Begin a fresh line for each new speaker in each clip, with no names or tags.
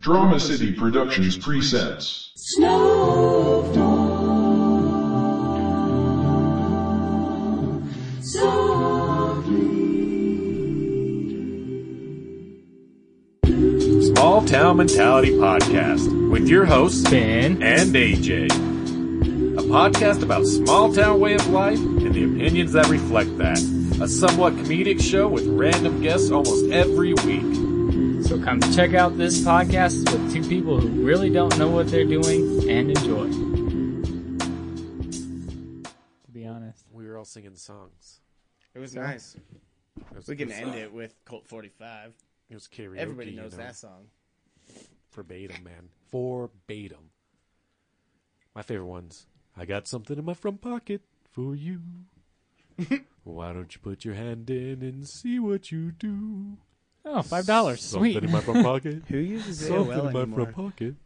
Drama City Productions presents.
Snowfall softly.
Small Town Mentality Podcast with your hosts
Ben.
and AJ. A podcast about small town way of life and the opinions that reflect that. A somewhat comedic show with random guests almost every week.
So come check out this podcast with two people who really don't know what they're doing and enjoy. To be honest,
We were all singing songs.
It was nice.
It was
We can end it with Colt 45.
It was karaoke.
Everybody
you
knows
know,
that song.
Verbatim, man. Verbatim. My favorite ones. I got something in my front pocket for you. Why don't you put your hand in and see what you do?
oh, five dollars,
Something
sweet.
in my front pocket.
Who uses
Something in my front pocket.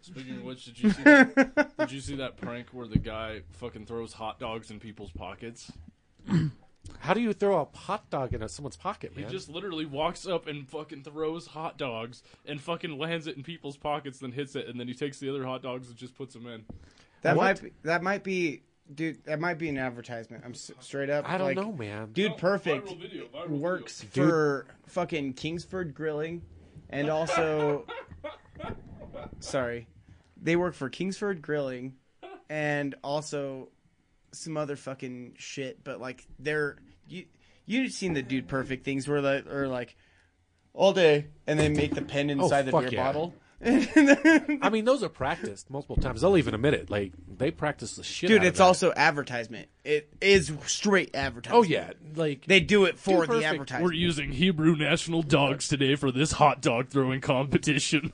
Speaking of which, did you see that, did you see that prank where the guy fucking throws hot dogs in people's pockets?
How do you throw a hot dog in someone's pocket,
He
man?
just literally walks up and fucking throws hot dogs and fucking lands it in people's pockets, then hits it, and then he takes the other hot dogs and just puts them in.
That
What?
might be, that might be dude. That might be an advertisement. I'm s- straight up.
I don't
like,
know, man.
Dude, perfect
Viral video, viral video.
works for fucking Kingsford Grilling, and also, sorry, they work for Kingsford Grilling, and also some other fucking shit. But like, they're you you've seen the dude perfect things where like or like all day, and they make the pen inside the
Oh, fuck
beer
yeah.
bottle.
I mean, those are practiced multiple times. They'll even admit it. Like they practice the shit.
Dude,
out of
it's
that.
also advertisement. It is straight advertisement.
Oh yeah, like
They do it
Dude,
for the
perfect.
We're
advertisement.
using Hebrew national dogs today for this hot dog throwing competition.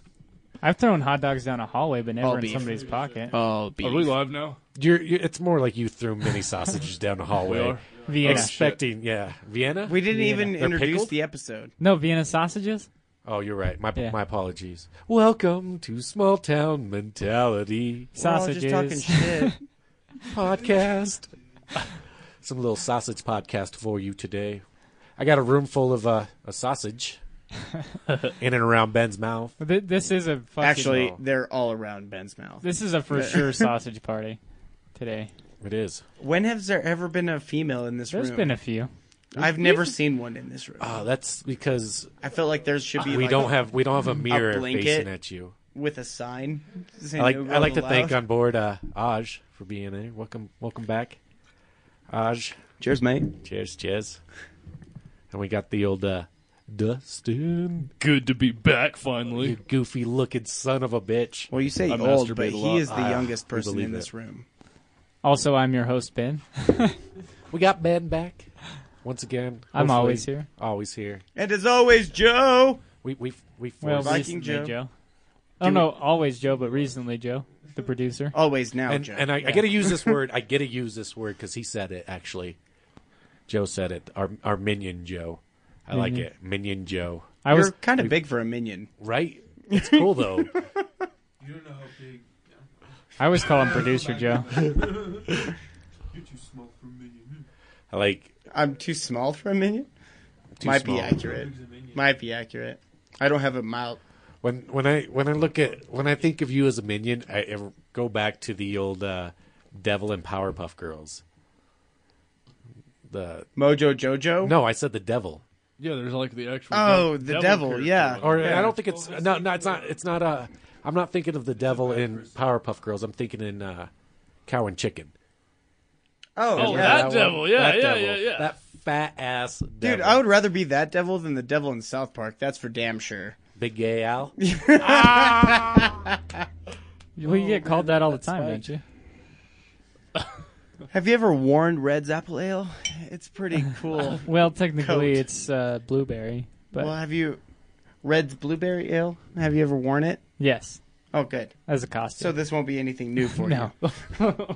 I've thrown hot dogs down a hallway, but never
All
in
beef.
somebody's pocket.
Oh,
Are we live now?
you're, you're. It's more like you threw mini sausages down the
We
hallway, Oh,
are.
Vienna.
expecting. Yeah, Vienna.
we didn't even
They're
introduce
pickled?
the episode.
no Vienna sausages.
oh, you're right. My
Yeah.
my apologies. Welcome to small town mentality
Sausages.
We're all just talking shit.
podcast. Some little sausage podcast for you today. I got a room full of uh, a sausage in and around Ben's mouth.
But thi- this is a fucking,
Actually,
Fucking hell.
they're all around Ben's mouth.
this is a for sure sausage party today.
It is.
When has there ever been a female in this
There's
room?
been a few.
I've never seen one in this room.
Oh, that's because
I feel like there should be
we
like,
don't have we don't have a mirror
blanket.
facing at you.
with a sign.
I like I like to thank on board uh, Aj for being there. Welcome welcome back, Aj.
Cheers, mate.
Cheers, cheers. And we got the old uh, Dustin,
Good to be back finally.
you goofy looking son of a bitch.
Well, you say
I
old,
masturbate
but
a lot.
he is the
Ah,
youngest
we
person
believe
in this
it.
room.
Also, I'm your host Ben.
We got Ben back once again.
I'm
Hopefully-
always here.
Always here.
And as always, Joe.
We we we
Well,
forced
Viking
recently
Joe.
Joe. Oh no, always Joe, but recently Joe, the producer.
Always now,
and
Joe.
and I, I gotta use this word. I gotta use this word because he said it actually. Joe said it. Our our minion Joe. I like it. Minion Joe.
I was
You're kind of big for a minion.
Right? It's cool though.
You don't know how big.
I always call him producer Joe.
You're too small for a minion.
I like
I'm too small for a minion.
too
Might
small.
be accurate.
a minion?
Might be accurate. I don't have a mild.
When when I when I look at when I think of you as a minion, I, I go back to the old uh, Devil and Powerpuff Girls. The
Mojo Jojo.
no, I said the devil.
Yeah, there's like the actual.
Oh, the devil,
character.
yeah.
Or I don't think it's no, no, it's not. It's not. Uh, I'm not thinking of the devil in Powerpuff Girls. I'm thinking in uh, Cow and Chicken.
Oh,
Oh,
yeah.
that devil. Yeah,
That
yeah,
devil.
yeah, yeah.
That fat ass devil.
Dude, I would rather be that devil than the devil in South Park. That's for damn sure.
Big gay Al.
Well, you get called that all the time, don't you?
Have you ever worn Red's apple ale? It's pretty cool.
Well, technically,
Coat.
it's uh, blueberry, but
well, have you Red's blueberry ale? Have you ever worn it?
yes,
Oh, good.
as a
So
costume.
this won't be anything new for
no,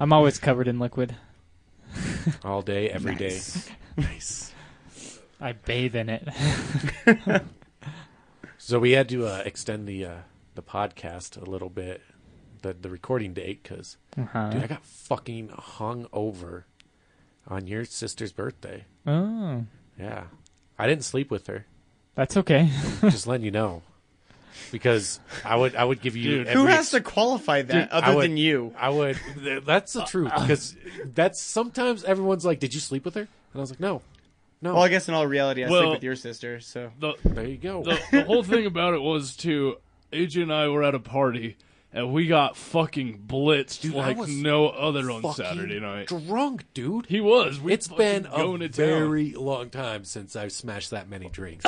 I'm always covered in liquid.
All day, every day.
Nice.
nice.
I bathe in it.
So we had to uh, extend the uh, the podcast a little bit, the the recording date, because dude,
Uh-huh.
I got fucking hung over on your sister's birthday.
Oh,
Yeah, I didn't sleep with her.
that's okay.
Just letting you know. because I would I would give you
Dude.
every
Who has to qualify that
I
other
would-
than you? Uh,
I would. th- That's the truth because that's sometimes everyone's like, "Did you sleep with her?" And I was like, "No, no."
Well, I guess in all reality, I
Well-
sleep with your sister. So
The,
there you go.
the the whole thing about it was too. AJ and I were at a party and we got fucking blitzed
Dude, I
like
was
no other on
Fucking
Saturday night.
drunk dude.
He was. We
it's
fucking
been
going
a
to town.
very long time since I've smashed that many drinks.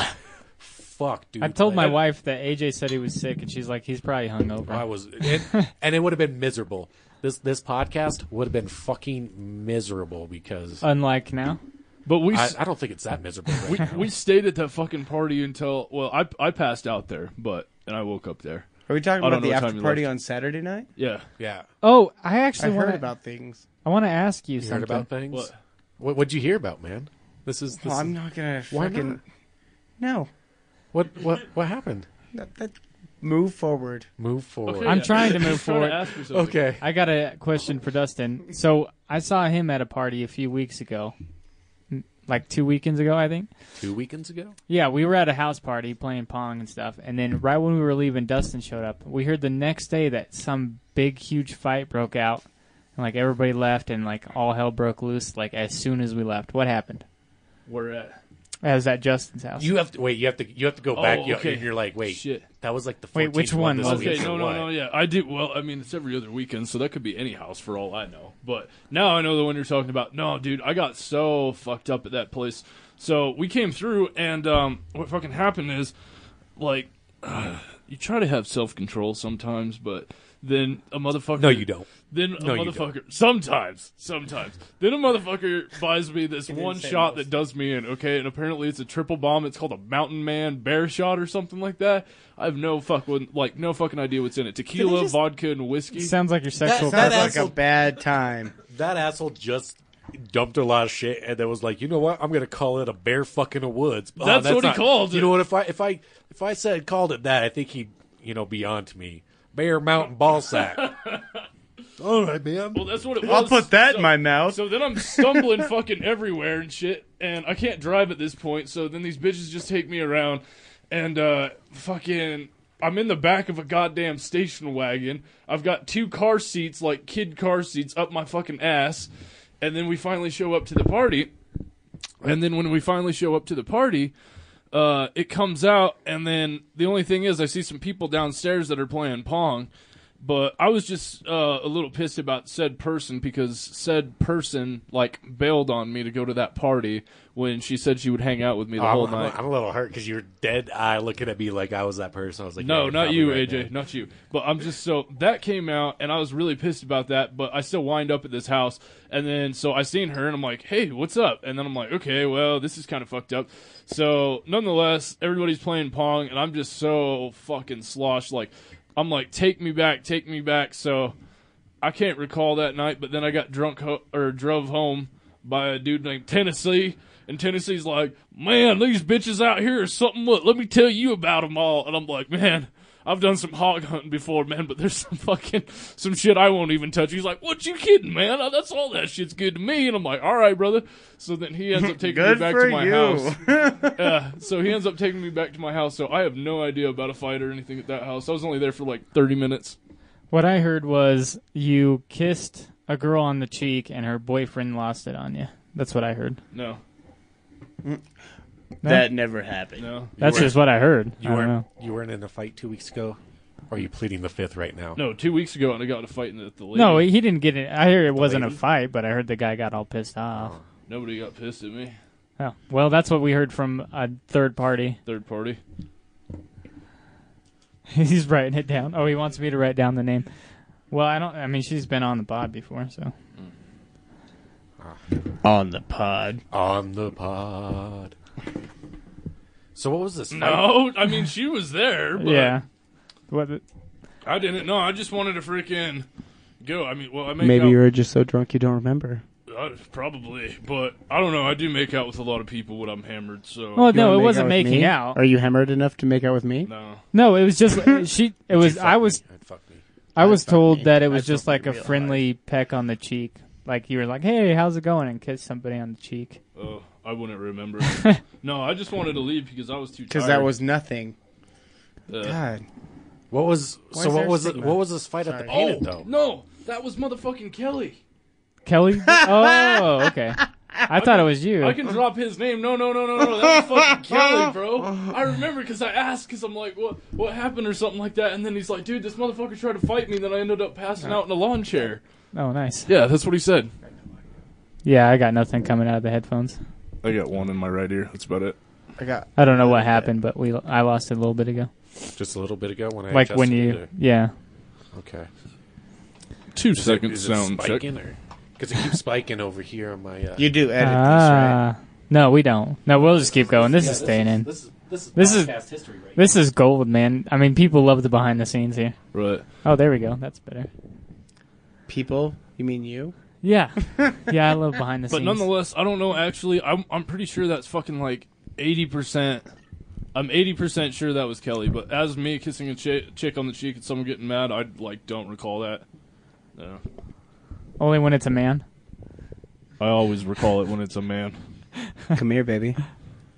Fuck, dude.
I've told my
like,
wife that AJ said he was sick, and she's like, he's probably hungover.
I was, and, and it would have been miserable. This this podcast would have been fucking miserable because
Unlike now.
But we
I,
s-
I don't think it's that miserable. Right
we,
now.
we stayed at that fucking party until well I I passed out there, but and I woke up there.
are we talking
I don't
about the
know what time
after
you
party
left.
on Saturday night?
Yeah.
yeah,
Oh, I
I
actually want
heard
to.
about things.
I want to ask you,
you
something.
heard about things.
What?
What would you hear about, man? This is this
Well,
is-
I'm not gonna
Why
fucking.
not?
No,
what what what happened.
that, that move forward.
Move forward.
I'm trying to
I'm
move
trying
forward.
To ask you something.
Okay.
I got a question for Dustin. So I saw him at a party a few weeks ago, M- like two weekends ago, I think.
Two weekends ago?
Yeah, we were at a house party playing pong and stuff, and then right when we were leaving, Dustin showed up. We heard the next day that some big, huge fight broke out, and like everybody left, and like all hell broke loose. Like as soon as we left, what happened?
We're at
I was at Justin's house.
You have to wait, you have to you have to go
Oh,
back you-
okay.
and you're like, wait,
Shit.
that was like the 14th
Wait, which one
this
was
week,
Okay,
or
no, no,
what?
no, yeah. I do. Well, I mean, it's every other weekend, so that could be any house for all I know. But now I know the one you're talking about. No, dude, I got so fucked up at that place. So we came through, and um, what fucking happened is, like, you try to have self control sometimes, but then a motherfucker.
No, you don't.
Then a
No, you
motherfucker. Sometimes, sometimes. Then a motherfucker buys me this one
say
shot
most.
that does me in. Okay, and apparently it's a triple bomb. It's called a Mountain Man Bear Shot or something like that. I have no fucking like no fucking idea what's in it. Tequila,
just-
vodka, and whiskey.
Sounds like your sexual.
That
preference.
Sounds like
asshole-
a bad time.
That asshole just dumped a lot of shit and then was like, you know what? I'm gonna call it a bear fucking of woods. Oh,
That's what he
not-
called
You
it.
know what? If I if I if I said called it that, I think he'd you know be on to me. Bear Mountain ball sack. All right, man.
well, that's what it was.
I'll put that
So-
in my mouth.
So then I'm stumbling fucking everywhere and shit, and I can't drive at this point. So then these bitches just take me around, and uh, fucking, I'm in the back of a goddamn station wagon. I've got two car seats, like kid car seats, up my fucking ass, and then we finally show up to the party. And then when we finally show up to the party, uh, it comes out, and then the only thing is, I see some people downstairs that are playing pong. But I was just uh, a little pissed about said person because said person like bailed on me to go to that party when she said she would hang out with me the
I'm,
whole
I'm-
night.
I'm a little hurt because you're dead eye looking at me like I was that person. I was like, yeah,
no,
you're
not
probably
you,
right,
AJ,
man.
not you. But I'm just so that came out, and I was really pissed about that. But I still wind up at this house, and then so I seen her, and I'm like, "Hey, what's up?" And then I'm like, "Okay, well, this is kind of fucked up." So nonetheless, everybody's playing pong, and I'm just so fucking sloshed. Like, I'm like, "Take me back, take me back." So I can't recall that night, but then I got drunk ho- or drove home by a dude named Tennessee. And Tennessee's like, man, these bitches out here are something. Look, let me tell you about them all. And I'm like, man, I've done some hog hunting before, man, but there's some fucking some shit I won't even touch. He's like, what you kidding, man? That's all that shit's good to me. And I'm like, all right, brother. So then he ends up taking me
Good
back
for
to my house.
you.
Yeah, so he ends up taking me back to my house. So I have no idea about a fight or anything at that house. I was only there for like 30 minutes.
What I heard was you kissed a girl on the cheek, and her boyfriend lost it on you. That's what I heard.
No,
That never happened.
no.
That's just what I heard.
You
I don't know.
weren't you weren't in a fight two weeks ago? Or are you pleading the fifth right now?
No, two weeks ago, and I got in a fight in the, the league.
No, he didn't get it. I hear it wasn't a
lady?
fight, but I heard the guy got all pissed off.
nobody got pissed at me.
Oh. Well, that's what we heard from a third party.
Third party.
He's writing it down. Oh, he wants me to write down the name. Well, I don't. I mean, she's been on the pod before, so
On the pod.
On the pod. So what was this? fight?
No, I mean she was there, but
yeah. What? the-
I didn't. No, I just wanted to freaking go. I mean, well, I make
Maybe
out,
you were just so drunk you don't remember.
uh, probably, but I don't know. I do make out with a lot of people when I'm hammered, so
Well,
You wanna
no, it
make
wasn't
out with
making
me?
out.
Are you hammered enough to make out with me?
no.
No, it was just she. It
You'd
was.
fuck
I was.
me. I'd fuck me.
I was
fuck me.
told that it
I'd
was
fuck
just
me
like a
real hard.
friendly peck on the cheek. Like you were like, "Hey, how's it going?" and kiss somebody on the cheek.
Oh, I wouldn't remember. no, I just wanted to leave because I was too tired.
Because that was nothing.
Uh,
God.
What was
Why
so?
is
What
there
was
stigma?
what was this fight at the
Sorry.
painted
Oh.
though?
no, that was motherfucking Kelly.
Kelly? Oh, okay. I thought it was you.
I can drop his name. No, no, no, no, no. That was fucking Kelly, bro. I remember because I asked because I'm like, what, what happened or something like that, and then he's like, dude, this motherfucker tried to fight me, and then I ended up passing out in a lawn chair.
Oh, nice.
Yeah, that's what he said.
Yeah, I got nothing coming out of the headphones.
I got one in my right ear. That's about it.
I got.
I don't know what happened, but we I lost it a little bit ago.
Just a little bit ago when I
Like when
adjusted
you,
it,
yeah.
or- okay
Two
Is it-
second
is it
sound check.
spiking or because it keeps spiking over here on my uh,
You do edit
Ah, no, we don't. No, we'll just keep going. This is staying in.
This is this is,
This is-
podcast history right
This is gold, man. I mean, people love the behind the scenes here.
Right.
Oh, there we go. That's better.
this, right? People, you mean you?
Yeah, yeah, I love behind the
But
scenes.
nonetheless, I don't know. Actually, I'm I'm pretty sure that's fucking like eighty percent. I'm eighty percent sure that was Kelly. But as me kissing a chick, chick on the cheek and someone getting mad, I like don't recall that. No.
only when it's a man.
I always recall it when it's a man,
Come here, baby.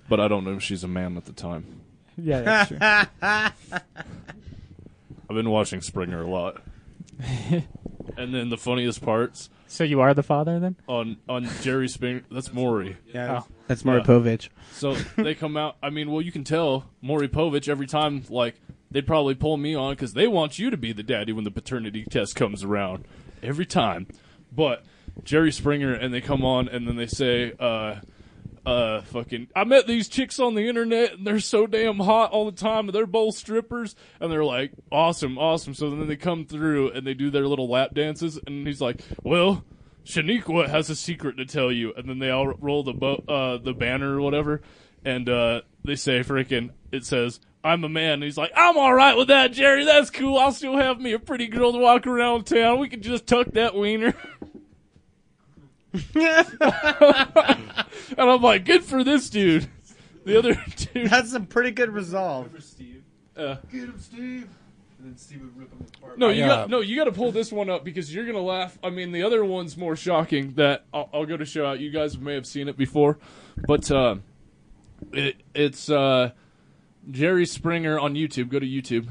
but I don't know if she's a man at the time.
Yeah, that's true.
I've been watching Springer a lot. and then the funniest parts
so you are the father then?
on on Jerry Springer. That's Maury.
Yeah,
Oh.
that's Maripovich.
So they come out. I mean, well, you can tell Maury Povich every time. Like they'd probably pull me on because they want you to be the daddy when the paternity test comes around every time. But Jerry Springer and they come on and then they say, uh, uh, fucking, I met these chicks on the internet and they're so damn hot all the time and they're both strippers and they're like, awesome, awesome. So then they come through and they do their little lap dances and he's like, well, Shaniqua has a secret to tell you. And then they all roll the bo- uh, the banner or whatever and, uh, they say freaking, it says, I'm a man. And he's like, I'm all right with that, Jerry. That's cool. I'll still have me a pretty girl to walk around town. We can just tuck that wiener. And I'm like, good for this dude. The other dude.
That's some pretty good resolve.
For Steve.
Uh.
Get him, Steve. And then Steve would rip him apart.
No, you
I, uh,
got no. You got to pull this one up because you're gonna laugh. I mean, the other one's more shocking. That I'll, I'll go to show out. You guys may have seen it before, but uh, it, it's uh, Jerry Springer on YouTube. Go to YouTube.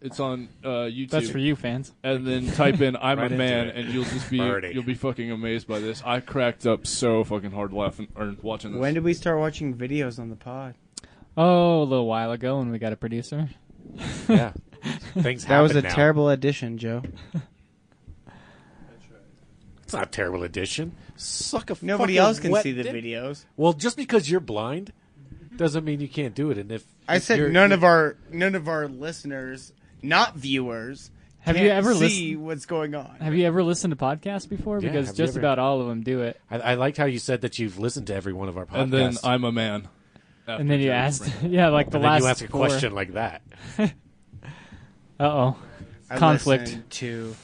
it's on uh, YouTube.
That's for you fans.
And then type in "I'm
Right
a
into
man"
it.
and you'll just be
Birdie.
you'll be fucking amazed by this. I cracked up so fucking hard laughing or watching this.
When did we start watching videos on the pod?
Oh, a little while ago when we got a producer.
yeah things
That was a
happen now.
terrible addition, Joe.
it's not a terrible addition suck a
Nobody
fucking
else can
wet
see the
dick.
videos.
well just because you're blind doesn't mean you can't do it and if
I
if
said
you're-
none of our none of our listeners, not viewers,
Have you
can't
ever
see what's going on?
Have you ever listened to podcasts before?
Yeah,
because
have you
just
ever-
about all of them do it.
I, I liked how you said that you've listened to every one of our podcasts
and then I'm a man.
And then you
After Jerry
asked,
Springer.
yeah, like the
And
last
then you ask a question like that
Uh oh.
I
conflict.
listened to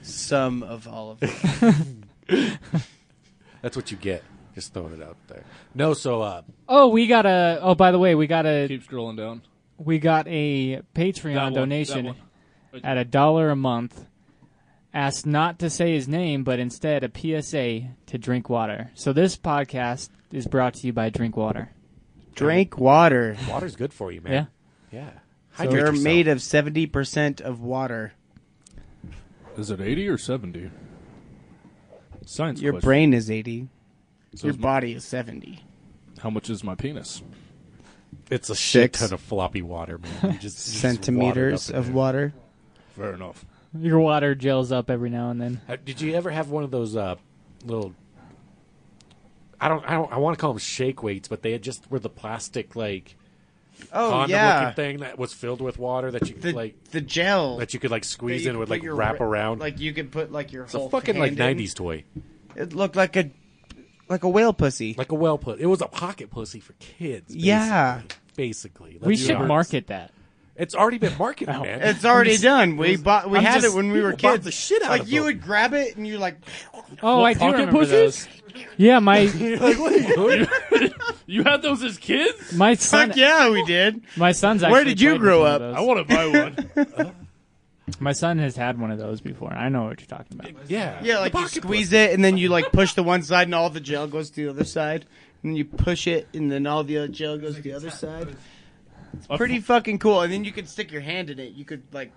some of all of them.
that's what you get just throwing it out there no so uh
Oh, we got a. Oh, by the way, we got a
Keep scrolling down.
we got a Patreon
That one,
donation
that one.
at a dollar a month. Asked not to say his name, but instead a PSA to drink water. So this podcast is brought to you by Drink Water.
Drink water.
water's good for you
Yeah.
man yeah yeah
You're
Hydrate yourself.
made of seventy percent of water.
Is it 80 or 70? Science
Your
question.
brain is eighty.
So
Your
is-
body is seventy.
How much is my penis?
It's a shit
Six.
ton of floppy water, man. You just- you just
Centimeters
water it up in
of
there.
water.
Fair enough.
Your water gels up every now and then.
Uh, Did you ever have one of those uh, little? I don't. I don't. I want to call them shake weights, but they had just were the plastic like
Oh
condom
yeah,
looking thing that was filled with water that you could
the
like
the gel
that you could like squeeze
that you
in
could
with
put
like
your
wrap
ri-
around.
Like you could put like your
it's a
whole
fucking like
hand in.
'90s toy,
It looked like a like a whale pussy.
like a well put. It was a pocket pussy for kids. Basically.
Yeah.
basically.
we
Let's be
should
honest.
market that.
It's already been marketed, man.
It's already done. We bought. We
I'm
had
just-
it when we were
people bought
kids.
the shit out
like
of
you
them.
would grab it and you like.
Oh, I do
pocket
remember
pussies?
those. Yeah, my
You had those as kids?
my son
Fuck yeah, we did.
my son's actually
Where did you
played with
grow
one of
up?
those.
I want to buy one.
my son has had one of those before. I know what you're talking about.
yeah,
Yeah, like
The
you
pocket
squeeze it and then you like push the one side and all the gel goes to the other side. And you push it and then all the other gel goes to the other side.
I
Pretty
fu-
fucking cool. And then you could stick your hand in it. You could like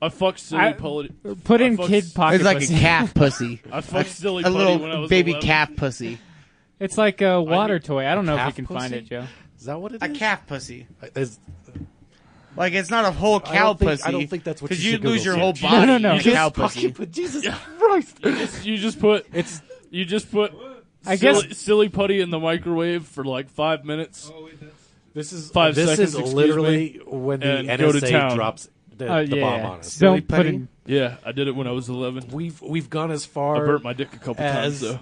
I fucked silly
I-
poli-
Put
I
in
fucked-
kid pocket.
it's like
pussy.
a calf pussy,
I fucked silly
a
putty when I
little
was
baby
11.
calf pussy,
It's like a water
need-
toy. I don't know if you
Calf
can find
pussy?
it, Joe.
Is that what it is? Uh,
a calf pussy.
Is-
Like it's not a whole
I
cow
don't think-
pussy.
I don't think that's what
because
you
you
should
lose
Google
your whole
search.
body.
No, no, no.
in a cow
Just fucking
pussy.
put- Jesus Christ.
You just put it's you just put.
I
silly,
guess-
silly putty in the microwave for like five minutes.
Oh, wait, that's.
This is
Five
this
seconds,
is
excuse
literally when the
and go to
NSA
town. Uh,
drops the,
Oh
the
yeah.
bomb on us.
Don't put
putty?
in.
Yeah, I did it when I was eleven.
We've we've gone as
I
far.
burnt my dick a couple times
as-
though.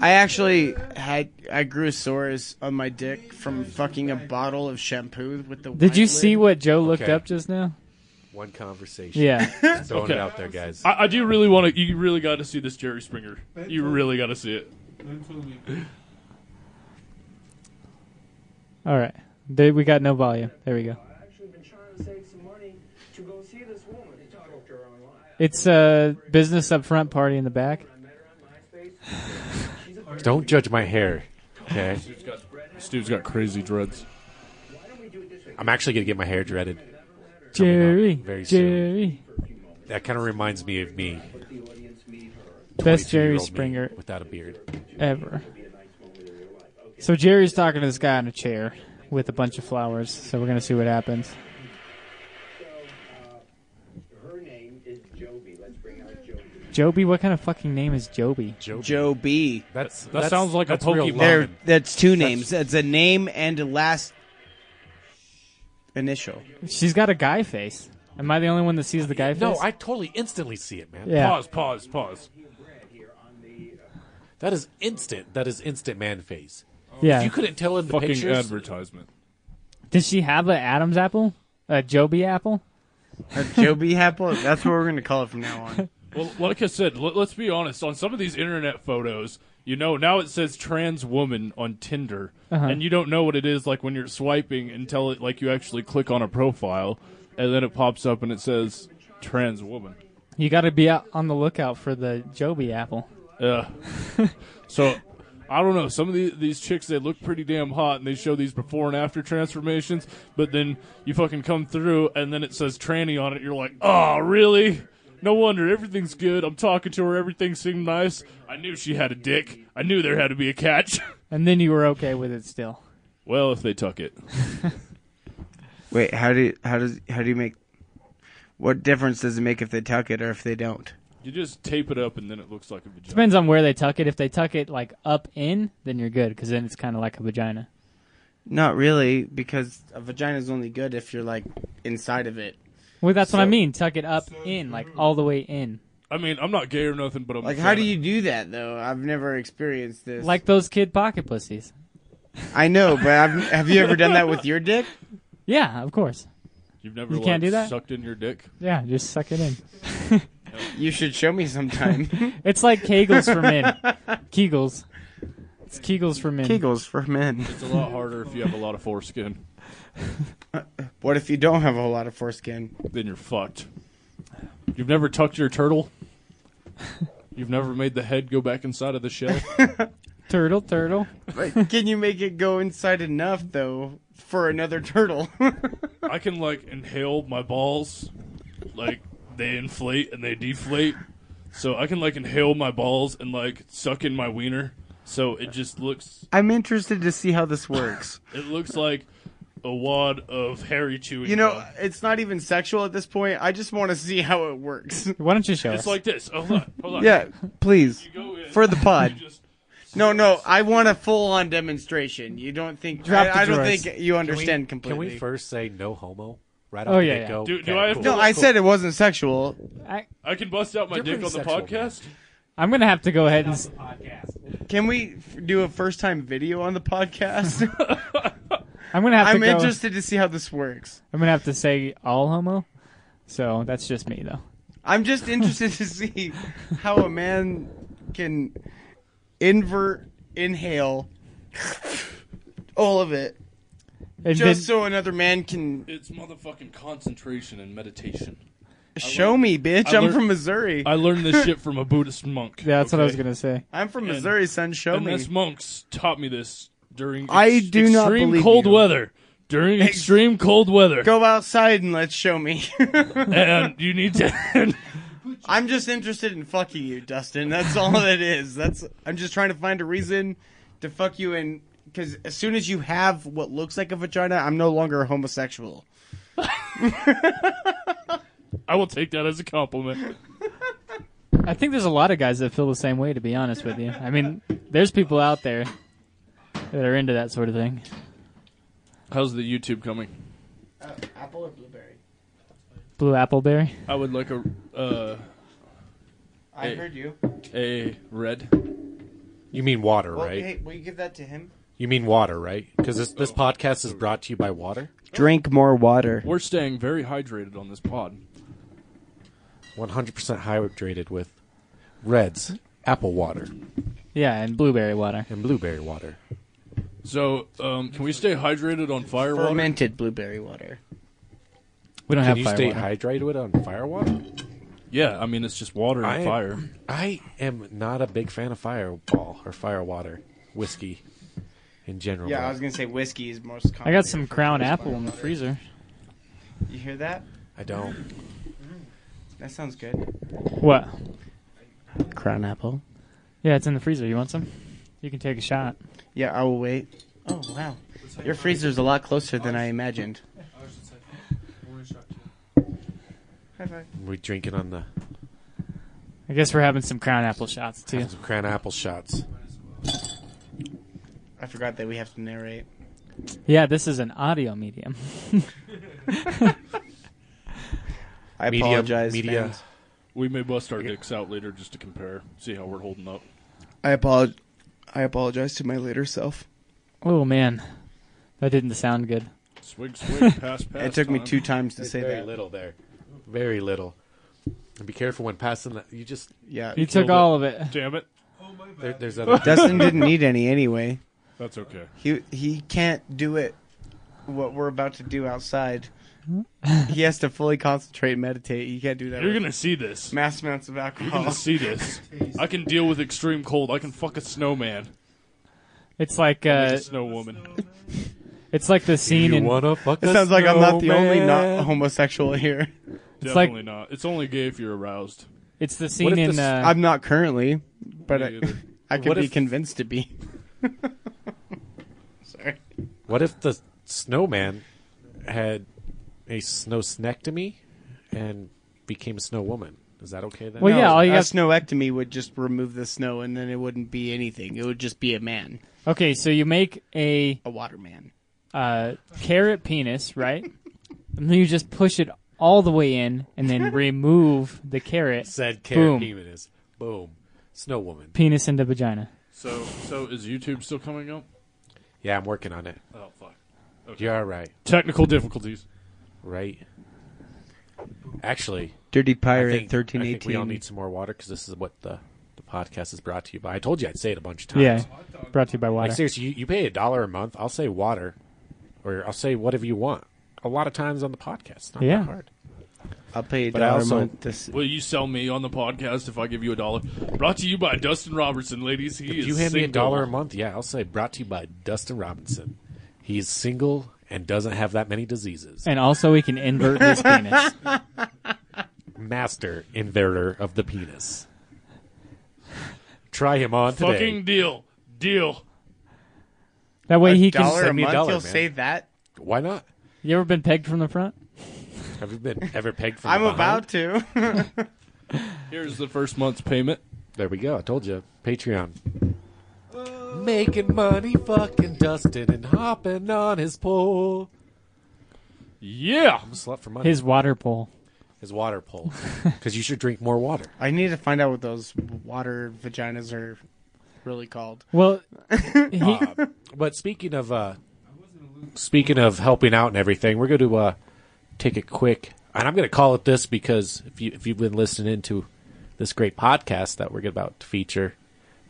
I actually had I grew sores on my dick from fucking a bottle of shampoo with the.
Did you
white
see
lid.
what Joe looked
Okay.
up just now?
One conversation.
Yeah.
Throwing
Okay.
it out there, guys.
I, I do really want to. You really got to see this Jerry Springer. You really got to see it.
That's only good.
All right. There, we got no volume. There we go.
I've actually been trying to save some money to go see this woman. I talked to her online.
It's a business up front party in the back.
I met her on MySpace. She's a
Don't judge my hair. Okay.
Steve's got crazy dreads.
Why don't we do it this way?
I'm actually gonna get my hair dreaded. Coming up
Jerry.
very soon.
Jerry.
That kind of reminds me of me.
Let the audience meet her.
Best Jerry
22-year-old me
Springer
without a beard.
ever. So Jerry's talking to this guy in a chair with a bunch of flowers. So we're gonna see what happens.
So, uh, her name is Joby. Let's bring out Joby.
Joby, what kind of fucking name is Joby?
Joe.
Joe B.
That's,
That
that's-
sounds like a
that's real
Pokemon.
There,
Ramen.
that's two names. That's a name and a last initial.
She's got a guy face. Am I the only one that sees the guy face?
No, I totally instantly see it, man.
Yeah.
Pause. Pause. Pause.
That is instant. That is instant man face.
yeah.
If you couldn't tell in the
Fucking
pictures,
advertisement.
Did she have an Adam's apple? A Joby apple?
A Joe B. Apple. That's what we're gonna call it from now on.
Well, like I said, let, let's be honest. On some of these internet photos, you know, now it says trans woman on Tinder, and you don't know what it is like when you're swiping until it like you actually click on a profile, and then it pops up and it says trans woman.
You got to be out on the lookout for the Joby apple.
Yeah. so I don't know. Some of the, these chicks they look pretty damn hot, and they show these before and after transformations. But then you fucking come through, and then it says tranny on it. You're like, oh, really? No wonder everything's good. I'm talking to her. Everything seemed nice. I knew she had a dick. I knew there had to be a catch.
And then you were okay with it still.
well, if they took it,
Wait, how do how does how do you make? What difference does it make if they tuck it or if they don't?
you just tape it up, and then it looks like a vagina.
Depends on where they tuck it. If they tuck it like up in, then you're good because then it's kind of like a vagina.
Not really, because a vagina is only good if you're like inside of it.
Well, that's what I mean. Tuck it up in, like all the way in.
I mean, I'm not gay or nothing, but I'm a
Like,
fan
how do
of-
you do that though? I've never experienced this.
Like those kid pocket pussies.
I know, but I've, have you ever done that with your dick?
Yeah, of course.
You've never
you
like,
can't do that?
sucked in your dick.
Yeah, just suck it in.
You should show me sometime.
It's like Kegels for men. Kegels. It's Kegels for men.
Kegels for men.
It's a lot harder if you have a lot of foreskin.
What if you don't have a whole lot of foreskin?
then you're fucked. You've never tucked your turtle. You've never made the head go back inside of the shell.
Turtle, turtle.
But can you make it go inside enough though for another turtle?
I can like inhale my balls, like they inflate and they deflate. So I can like inhale my balls and like suck in my wiener. So it just looks
I'm interested to see how this works.
it looks like a wad of hairy chewing.
You know,
gum.
it's not even sexual at this point. I just want to see how it works.
Why don't you show
it's
us?
like this. Hold on, hold on.
Yeah, please.
You go in,
For the pod.
you just-
No, no, I want a full-on demonstration. You don't think?
Drop the
I, I don't
drawers.
think
Can
you
we-
understand
Can
completely.
we first say no homo right off
Oh,
the
yeah, yeah.
get-go?
Do- do
Okay,
I have
cool.
to-
no, I said it wasn't sexual.
I,
I can bust out my
You're
dick
pretty
on the
sexual, man.
podcast.
I'm gonna have to go ahead and. s-
Can we f- do a first-time video on the podcast?
I'm gonna have to
I'm
go.
interested to see how this works.
I'm gonna have to say all homo. So that's just me though.
I'm just interested to see how a man can invert, inhale, all of it,
And
just
then-
so another man can
It's motherfucking concentration and meditation.
show me, bitch.
I
I'm
learned-
from Missouri.
I learned this shit from a Buddhist monk.
yeah, that's what I was
okay?
gonna say.
I'm from
and-
Missouri, son. Show
And
me.
this monk's taught me this during
I
ex-
do not
extreme
believe
cold
you.
weather. during extreme cold weather.
Go outside and let's show me.
and you need to.
I'm just interested in fucking you, Dustin. That's all that is. That's I'm just trying to find a reason to fuck you and because as soon as you have what looks like a vagina, I'm no longer a homosexual.
I will take that as a compliment.
I think there's a lot of guys that feel the same way. To be honest with you, I mean, there's people out there that are into that sort of thing.
How's the YouTube coming?
Uh,
apple or blueberry?
Blue appleberry.
I would like a uh,
I
Hey.
heard you.
a red.
You mean water,
Well,
right?
Hey, will you give that to him?
You mean water, right? Because this this podcast is brought to you by water.
Drink more water.
We're staying very hydrated on this pod.
One hundred percent hydrated with reds, apple water,
Yeah, and blueberry water.
and blueberry water.
So, um, can we stay hydrated on fire water?
Fermented blueberry water.
We don't
Can
have
you
fire
stay
water.
hydrated on fire water?
Yeah, I mean it's just water and
I-
fire.
I am not a big fan of fireball or fire water whiskey in general.
Yeah, I was gonna say whiskey is most.
I got some Crown apple in the freezer.
You hear that?
I don't.
That sounds good.
What?
Crown apple.
Yeah, it's in the freezer. You want some? You can take a shot.
Yeah, I will wait. Oh wow, your freezer's a lot closer than I imagined. High five.
We drinking on the
I guess we're having some Crown apple shots too.
some crown apple shots.
I forgot that we have to narrate.
Yeah, this is an audio medium.
I
Media-
apologize.
media-
fans.
We may bust our dicks out later just to compare, see how we're holding up.
I apologize. I apologize to my later self.
Oh man, that didn't sound good.
Swig, swig, pass, pass.
It took me
time.
two times to say
very
that.
little there, very little. And be careful when passing. The, you just
Yeah,
You took all of it.
Damn it.
there, there's other.
Dustin didn't need any anyway.
That's okay.
He he can't do it. What we're about to do outside. He has to fully concentrate and meditate. He can't do that.
You're
with
gonna see this.
mass amounts of
You're gonna
alcohol.
see this. I can deal with extreme cold. I can fuck a snowman.
It's like
Like
uh,
a snow woman.
it's like the scene
you
in
wanna fuck
It
a
sounds like I'm not the only
snowman?
not homosexual here.
like-
Definitely not. It's only gay if you're aroused.
it's the scene
if
in
this-
uh,
I'm not currently, but
Me
I,
either.
I could
What
be
if-
convinced to be. Sorry.
What if the snowman had a snowsnectomy and became a snow woman? Is that okay then?
Well, yeah, all you
a
got-
snowectomy would just remove the snow, and then it wouldn't be anything. It would just be a man,
okay. So you make a
a water man.
uh, carrot penis, right? and then you just push it all the way in, and then remove the carrot
said
Boom.
Karen Jimenez. Boom, snow woman.
penis into vagina.
So, so is YouTube still coming up?
Yeah, I'm working on it.
Oh fuck.
You're all right,
Technical difficulties.
right? Actually,
Dirty
I
pirate,
think, I think we all need some more water because this is what the the podcast is brought to you by. I told you I'd say it a bunch of times.
Yeah, brought to you by
Like
water.
seriously, you, you pay a dollar a month. I'll say water, or I'll say whatever you want. A lot of times on the podcast, it's not
Yeah.
that hard.
I'll pay a
But I
dollar a
also-
month. This
Will you sell me on the podcast if I give you a dollar? Brought to you by Dustin Robertson, ladies. He
If
is
you hand me a
single.
dollar a month, yeah, I'll say brought to you by Dustin Robinson. He is single and doesn't have that many diseases.
And also, we can invert his penis.
Master inverter of the penis. Try him on today.
Fucking deal. Deal.
That way, he
dollar
can.
a
send me a
month,
dollar,
you'll
man.
say that.
Why not?
You ever been pegged from the front?
Have you been ever pegged from
I'm
behind?
about to.
Here's the first month's payment.
There we go. I told you. Patreon. Making money, fucking Dustin, and hopping on his pole.
Yeah.
I'm a slut for money.
His water pole.
his water pole because you should drink more water.
I need to find out what those water vaginas are really called.
Well, he,
Uh, but speaking of uh, speaking of helping out and everything, we're going to uh, take a quick and I'm going to call it this because if you if you've been listening to this great podcast that we're about to feature,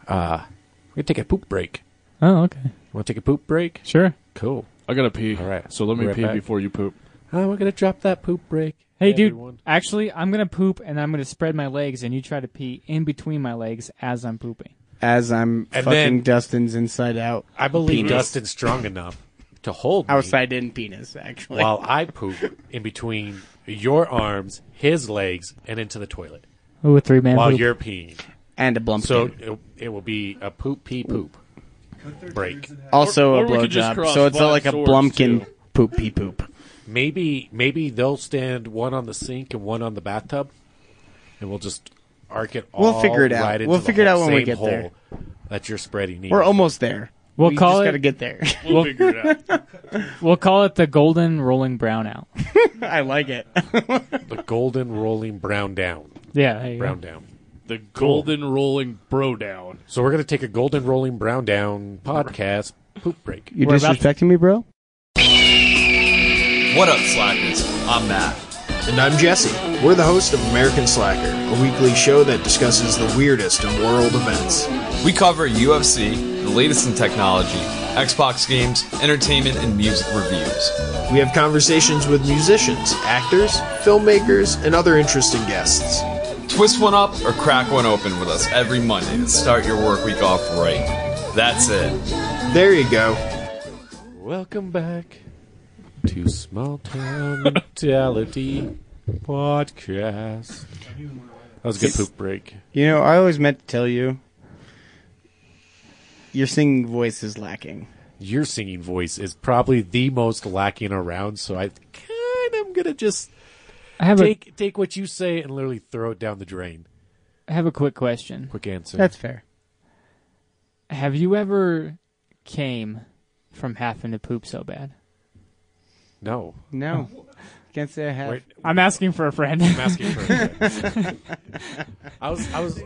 uh, we're going to take a poop break.
oh, okay,
Want to take a poop break?
sure.
Cool.
I gotta pee.
All right.
So let me
Right
pee
back.
before you poop.
Oh, we're going to drop that poop break.
Hey,
everyone.
dude. Actually, I'm gonna poop and I'm gonna spread my legs, and you try to pee in between my legs as I'm pooping.
As I'm
And
fucking
then-
Dustin's inside out.
I believe
Penis.
Dustin's strong enough to hold me
outside in penis. Actually,
while I poop in between your arms, his legs, and into the toilet
Ooh, a three man
while
poop.
you're peeing.
and a blump.
So it, it will be a poop pee poop break.
also
Or- or
a
we could just
blowjob.
cross
So it's
five
like a
swords,
blumpkin
too.
poop pee poop.
Maybe maybe they'll stand one on the sink and one on the bathtub, and we'll just arc it all.
We'll figure it out.
right into
We'll
the
figure it
whole-
out when we
same
get
hole
there.
That you're spreading.
We're
eagle.
almost there.
We'll
we
call
just
it-
gotta get there.
We'll figure it out.
We'll call it the golden rolling brown out.
I like it.
the golden rolling brown down,
Yeah, there you go.
brown down.
The golden rolling bro down.
So we're gonna take a golden rolling brown down podcast poop break.
You
We're about to-
disrespecting me, bro?
What up, Slackers? I'm Matt. And I'm Jesse. We're the host of American Slacker, a weekly show that discusses the weirdest in world events. We cover UFC, the latest in technology, Xbox games, entertainment, and music reviews. We have conversations with musicians, actors, filmmakers, and other interesting guests. Twist one up or crack one open with us every Monday to start your work week off right. That's it. There you go.
Welcome back to Small Town Mentality Podcast. That was a good poop break.
You know, I always meant to tell you. Your singing voice is lacking.
Your singing voice is probably the most lacking around, so I kind of gonna just
I have
take take what you say and literally throw it down the drain.
a I have a quick question.
Quick answer.
That's fair.
Have you ever came from having to poop so bad?
no.
No. Can't say I have.
Wait,
I'm asking for a friend.
I'm asking for. a- I was I was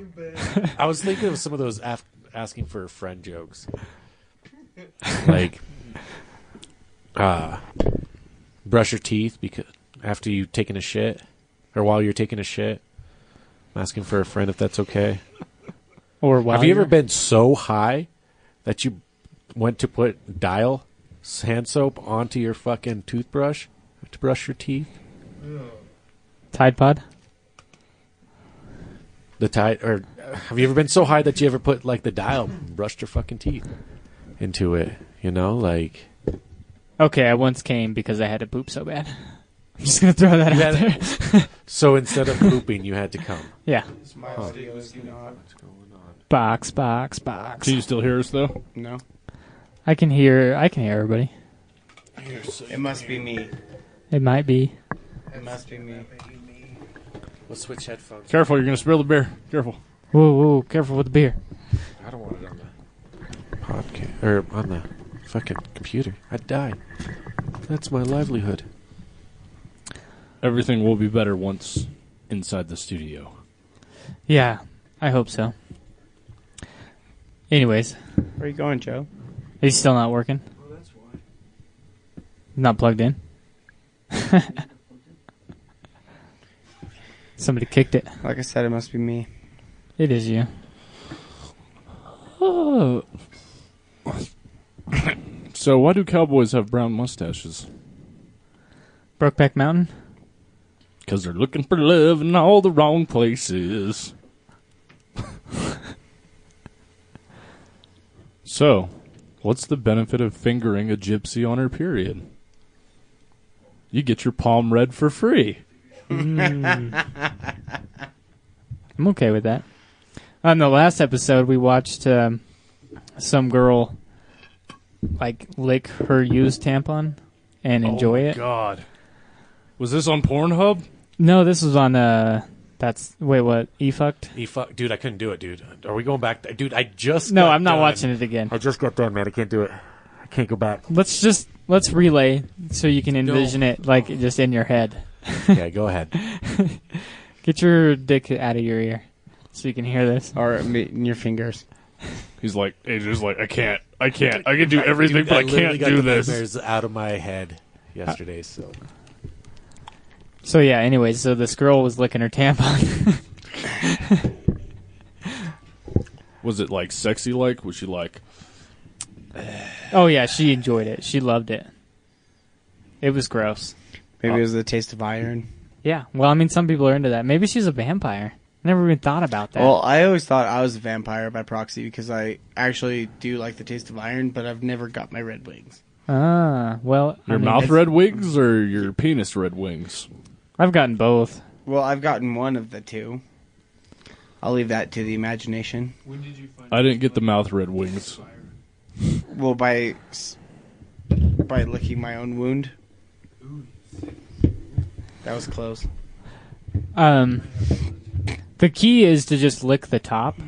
I was thinking of some of those af- asking for a friend jokes, like, uh, brush your teeth because after you taking a shit or while you're taking a shit. I'm asking for a friend if that's okay.
or while
Have you ever
you're-
been so high that you went to put dial hand soap onto your fucking toothbrush to brush your teeth?
Tide Pod?
the tide or uh, have you ever been so high that you ever put like the dial and brushed your fucking teeth into it you know like
Okay, I once came because I had to poop so bad. I'm just gonna throw that
You
out
had-
there.
so instead of pooping you had to come
yeah.
Huh.
Box, box, box.
Can you still hear us though?
No.
I can hear I can hear everybody.
It must be me.
It might be.
It must be me.
we'll switch headphones
Careful, you're gonna spill the beer. Careful.
Whoa, whoa, careful with the beer.
i don't want it on the podcast or on the fucking computer i'd die that's my livelihood
Everything will be better once inside the studio.
Yeah, I hope so. Anyways,
Where are you going, Joe?
he's still not working. Not plugged in. Somebody kicked it.
Like I said, it must be me.
It is you.
So why do cowboys have brown mustaches?
Brokeback Mountain.
Because they're looking for love in all the wrong places. so, what's the benefit of fingering a gypsy on her period? You get your palm read for free.
I'm okay with that. On the last episode, we watched um, some girl like lick her used tampon and enjoy it.
Oh God. Was this on Pornhub?
No, this was on uh, that's wait what e fucked.
he fuck dude i couldn't do it dude are we going back dude i just
No,
got
I'm not
done.
watching it again.
i just got done man i can't do it i can't go back
Let's just let's relay so you can envision it like just in your head.
yeah go ahead
Get your dick out of your ear so you can hear this.
Or me, in your fingers.
He's like, Adrian's like, I can't, I can't, I can do everything, but I
literally
can't
got
do
the
this.
nightmares out of my head yesterday so
So yeah, anyways, so this girl was licking her tampon.
Was it like sexy like? Was she like,
oh yeah, she enjoyed it. She loved it. It was gross.
Maybe it was the taste of iron.
Yeah. Well, I mean, some people are into that. Maybe she's a vampire. Never even thought about that.
Well, I always thought I was a vampire by proxy because I actually do like the taste of iron, but I've never got my red wings.
Ah, well, I
Your
mean,
mouth
it's-
red wings or your penis red wings?
I've gotten both.
Well, I've gotten one of the two. I'll leave that to the imagination.
I didn't get the mouth red wings.
Well, by s- by licking my own wound. That was close.
Um, the key is to just lick the top.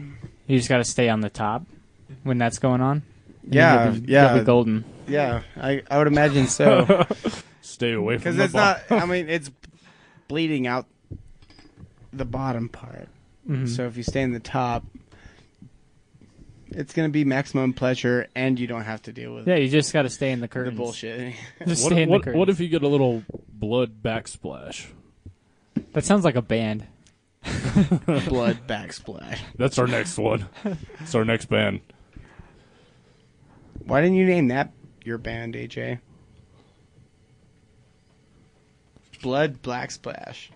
You just got to stay on the top when that's going on. And then
Yeah,
you'll be-
Uh, yeah.
you'll be golden.
Yeah, I I would imagine so.
Stay away from
Because
the
it's not. I mean, it's bleeding out the bottom part.
Mhm.
So if you stay in the top, it's gonna be maximum pleasure, and you don't have to deal with
Yeah, you just got to stay in the
the
curtains.
bullshit.
Just
What,
stay in the
what-
curtains.
what if you get a little blood backsplash?
that sounds like a band.
Blood backsplash.
That's our next one. It's our next band.
Why didn't you name that your band, AJ? Blood Black Splash.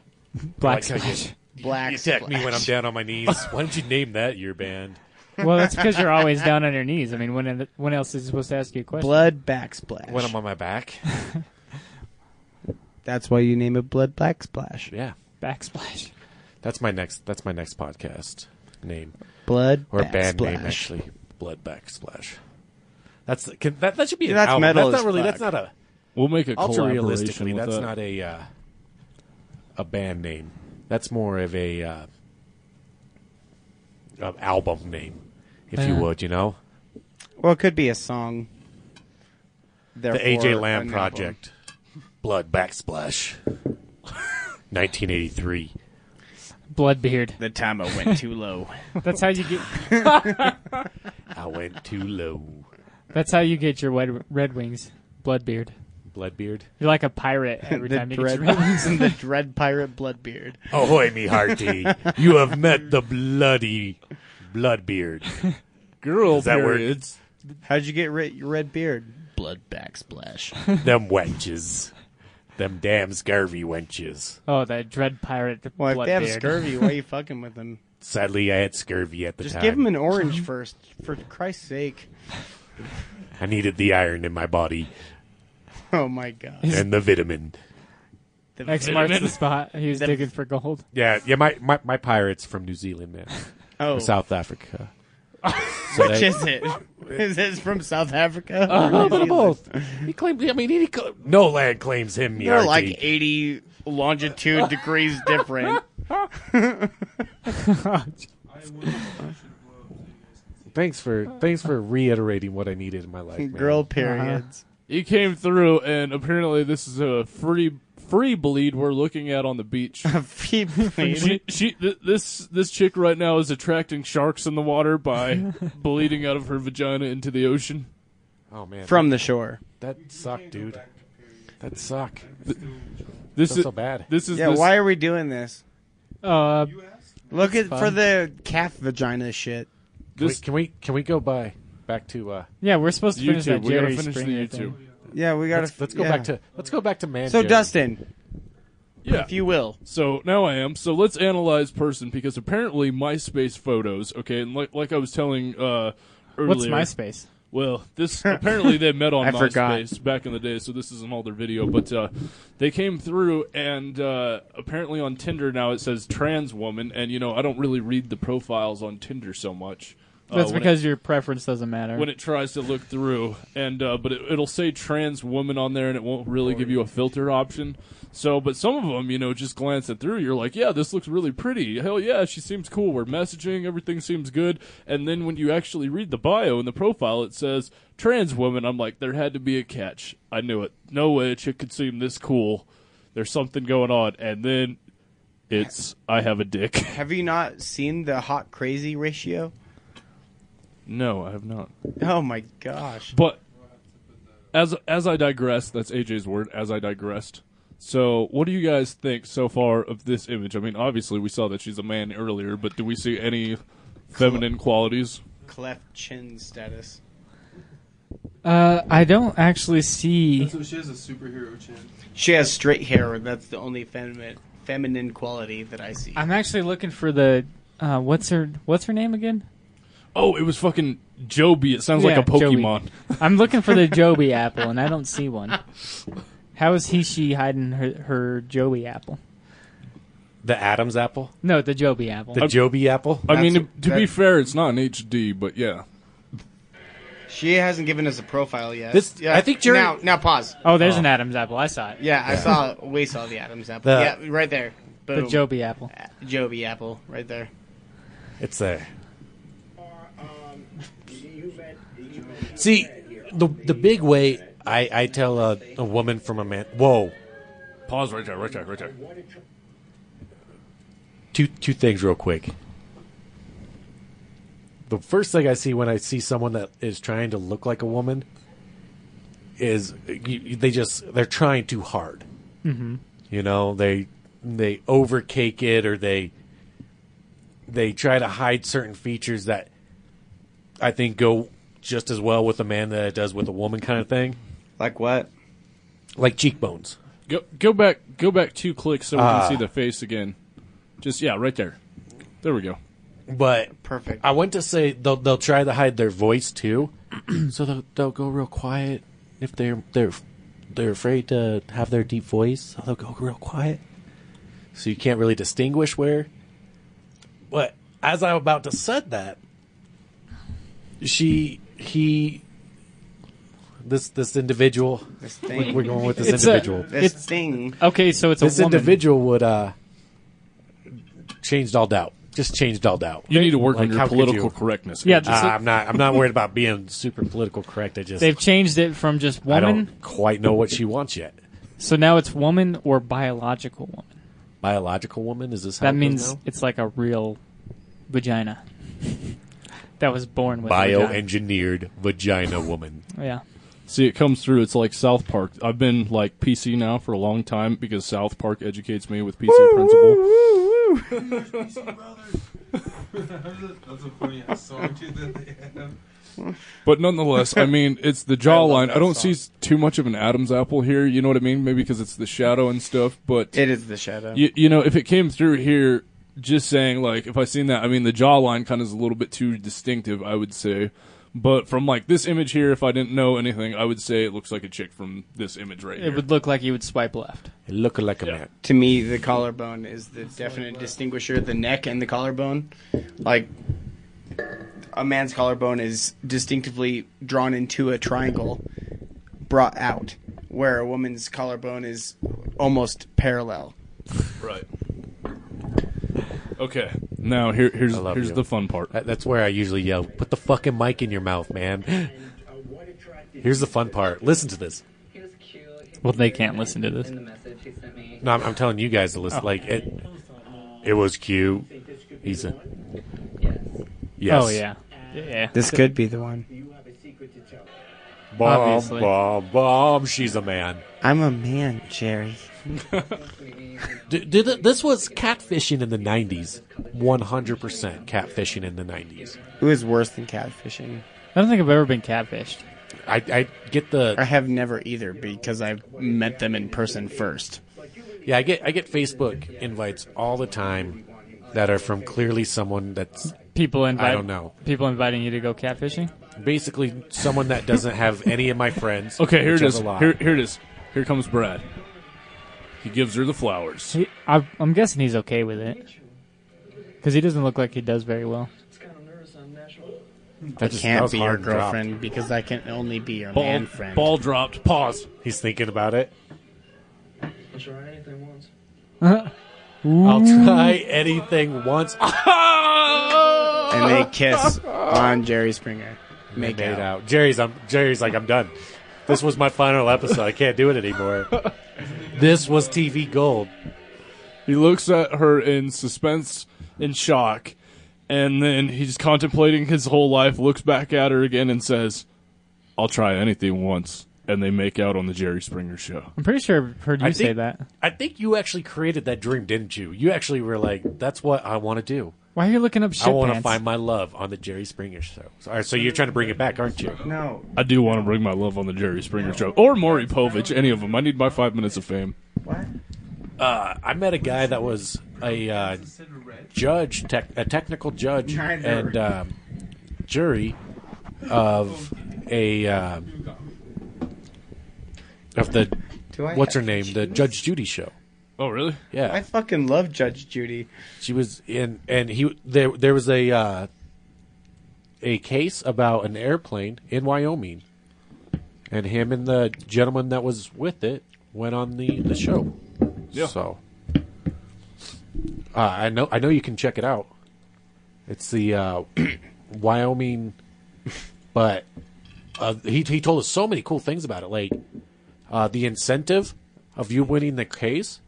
Black
I like how you-
Splash.
Black
You attack me when I'm down on my knees. Why don't you name that your band?
well, that's because you're always down on your knees. I mean, when uh, when else is supposed to ask you a question?
Blood Backsplash.
When I'm on my back.
That's why you name it Blood Black Splash.
Yeah,
Backsplash.
that's my next. That's my next podcast name
Blood
or band name
Backsplash.
actually. Blood backsplash. That's can, that. That should be an
Yeah, that's
album.
metal
that's
as
not really.
fuck.
That's not a.
We'll make a
Ultra
collaboration
realistically,
with
that's
that.
not a uh, a band name. That's more of a uh, uh, album name, if you
Yeah.
would. You know,
Well, it could be a song.
the
Therefore,
AJ Lamb
an album.
Project, Blood Backsplash, 1983.
Bloodbeard.
The time I went too low.
That's how you get.
I went too low.
That's how you get your wed- red wings. Bloodbeard.
Bloodbeard.
You're like a pirate every
the
time you get
dread
your red wings.
and the dread pirate Bloodbeard.
Ahoy, me hearty! you have met the bloody Bloodbeard.
Girl
that work?
periods.
How'd you get ri- your red beard? Blood backsplash.
Them wenches. Them damn scurvy wenches.
Oh, that dread pirate.
Well, if they have
Bloodbeard.
scurvy, why are you fucking with them?
Sadly, I had scurvy at the
Just
time.
give him an orange first, for Christ's sake.
I needed the iron in my body
Oh my god.
and the vitamin.
The
X marks the spot. He was digging for gold.
Yeah, yeah. My, my, my pirates from New Zealand, man,
oh,
From South Africa.
which is it? Is this from South Africa? or
Oh,
New Zealand?
He claimed. I mean, he cl- no land claims him.
They're
Yarty.
like 80 longitude degrees different.
thanks for thanks for reiterating what I needed in my life, man.
Girl periods.
He came through, and apparently this is a free free bleed we're looking at on the beach.
Feebly.
she she th- this this chick right now is attracting sharks in the water by bleeding out of her vagina into the ocean.
Oh man,
from the shore.
that sucked, dude. That sucked.
This
That's
is
so bad.
this is
Yeah,
this-
why are we doing this?
Uh,
Look at for the calf vagina shit.
this
can we can we go by back to uh?
yeah, we're supposed to finish
YouTube.
that
We gotta
Jerry
finish the
Springer
YouTube.
thing.
Yeah, we gotta.
Let's, let's go
yeah.
back to let's go back to man.
So
Jerry.
Dustin,
Yeah.
if you will,
So now I am. So let's analyze person because apparently MySpace photos. Okay, and like like I was telling uh earlier.
What's MySpace?
Well, this apparently they met on
I forgot.
MySpace back in the day, so this isn't all their video. But uh, they came through, and uh, apparently on Tinder now it says trans woman, and you know I don't really read the profiles on Tinder so much. uh,
That's
when it-
because your preference doesn't matter.
when it tries to look through and uh, but it, it'll say trans woman on there and it won't really give you a filter option so but some of them you know just glancing through you're like yeah this looks really pretty hell yeah she seems cool we're messaging everything seems good and then when you actually read the bio and the profile it says trans woman i'm like there had to be a catch i knew it no way a chick could seem this cool there's something going on and then it's i have a dick
have you not seen the hot crazy ratio?
no i have not
Oh my gosh.
But as as I digress, that's AJ's word. As I digressed. So, what do you guys think so far of this image? I mean, obviously we saw that she's a man earlier, but do we see any feminine qualities?
Cleft chin status.
uh, I don't actually see.
So she has a superhero chin.
She has straight hair, and that's the only feminine feminine quality that I see.
I'm actually looking for the. Uh, what's her What's her name again?
oh, it was fucking Joby. It sounds
Yeah,
like a
Joby.
Pokemon.
I'm looking for the Joby apple, and I don't see one. How is he she hiding her, her Joby apple?
The Adam's apple?
No, the Joby apple.
Uh,
The Joby apple?
I mean, to,
That's-
to be
that-
fair, it's not an HD, but yeah.
She hasn't given us a profile yet.
This-
yeah.
I think Jerry-
now now pause.
oh, there's an Adam's apple. I saw it.
Yeah, I saw we saw the Adam's apple.
The-
yeah, right there.
The
Boom.
Joby apple.
Joby apple right there.
It's there. See, the the big way I, I tell a, a woman from a man. Whoa,
Pause right there, right there, right there.
two two things real quick. The first thing I see when I see someone that is trying to look like a woman is you, you- they just they're trying too hard.
Mhm.
You know they they overcake it or they they try to hide certain features that I think go just as well with a man that it does with a woman kind of thing,
Like what?
like cheekbones.
Go go back go back two clicks so we
Ah.
can see the face again. Just yeah, right there. There we go.
But
Perfect.
I want to say they'll they'll try to hide their voice too, so they'll they'll go real quiet if they're they're they're afraid to have their deep voice, so they'll go real quiet. So you can't really distinguish where. But as I'm about to said that, she he this this individual
This
we're
thing.
we're going with this
It's a-
individual
this
It's-
thing.
Okay, so it's
this
a woman.
individual would uh changed all doubt just changed all doubt
You need to work
Like,
on your
how could
political
you?
correctness.
Yeah,
Just-
Just
Uh,
like-
I'm not. I'm not worried about being super political correct. I just
They've changed it from just
I
woman,
don't quite know what she wants yet.
so now it's woman or biological woman.
Biological woman is this? How
That
it
means
goes
it's like a real vagina that was born with.
now?
a vagina.
bioengineered vagina woman.
Yeah.
see, it comes through. It's like South Park. I've been like PC now for a long time because South Park educates me with PC principle.
That's a funny ass song too that they have.
But nonetheless, I mean, it's the jawline. I, don't see too much of an Adam's apple here. You know what I mean? Maybe because it's the shadow and stuff. But
It is the shadow.
you, you know, if it came through here, just saying like, if I seen that, I mean, the jawline kind of is a little bit too distinctive, I would say. But from like this image here, if I didn't know anything, I would say it looks like a chick from this image right here.
It would look like you would swipe left.
It Look like a man.
to me, the collarbone is the definite distinguisher. The neck and the collarbone, like a man's collarbone is distinctively drawn into a triangle, brought out, where a woman's collarbone is almost parallel.
right. Okay. Now here here's
I love
here's
you.
the fun part.
That- That's where I usually yell. Put the fucking mic in your mouth, man. Here's the fun part. Listen to this.
Well, they can't listen to this.
No, I'm, I'm telling you guys to listen.
Oh.
Like it. It was cute. He said, "Yes."
Oh yeah. Yeah.
This could be the one.
Bomb,
Obviously.
bomb, bomb. She's a man.
I'm a man, Jerry.
D- did it- this was catfishing in the 90s 100% catfishing in the 90s
It was worse than catfishing.
I don't think I've ever been catfished.
i, I get
I
the
have never either because I've met them in person first.
yeah i get i get facebook invites all the time that are from clearly someone that's
People invite.
I don't know.
People inviting you to go catfishing.
basically someone that doesn't have any of my friends
Okay, here
which
it is.
a lot.
Here here it is. Here comes Brad. He gives her the flowers.
He, I, I'm guessing he's okay with it because he doesn't look like he does very well.
That
I
just- that
can't
was
be your
hard to drop.
girlfriend because I can only be your
Ball,
man friend.
ball dropped. Pause.
he's thinking about it
Ooh.
i'll try anything once
and they kiss on Jerry Springer. Make
made
out.
out jerry's i'm jerry's like i'm done this was my final episode i can't do it anymore this was tv gold
He looks at her in suspense and shock, and then he's contemplating his whole life, looks back at her again, and says, I'll try anything once. And they make out on the Jerry Springer show.
I'm pretty sure I've heard you
I
say
think-
that.
I think you actually created that dream, didn't you? You actually were like, "That's what I want to do.
Why are you looking up shit
I want to
pants?
find my love on the Jerry Springer show." So, all right, so you're trying to bring it back, aren't you?
No,
I do want to bring my love on the Jerry Springer show. Or Maury Povich, any of them. I need my five minutes of fame.
what?
Uh, I met a guy that was a uh,
Is it red?
judge, tech, a technical judge,
Neither.
and um, jury of a uh, of the
Do I
what's her
have
name, the Judge Judy show.
Oh, really?
Yeah,
I fucking love Judge Judy.
She was in, and he there. There was a uh, a case about an airplane in Wyoming, and him and the gentleman that was with it went on the the show.
Yeah.
So uh, I know I know you can check it out. It's the uh, Wyoming, but uh, he he told us so many cool things about it, like uh, the incentive of you winning the case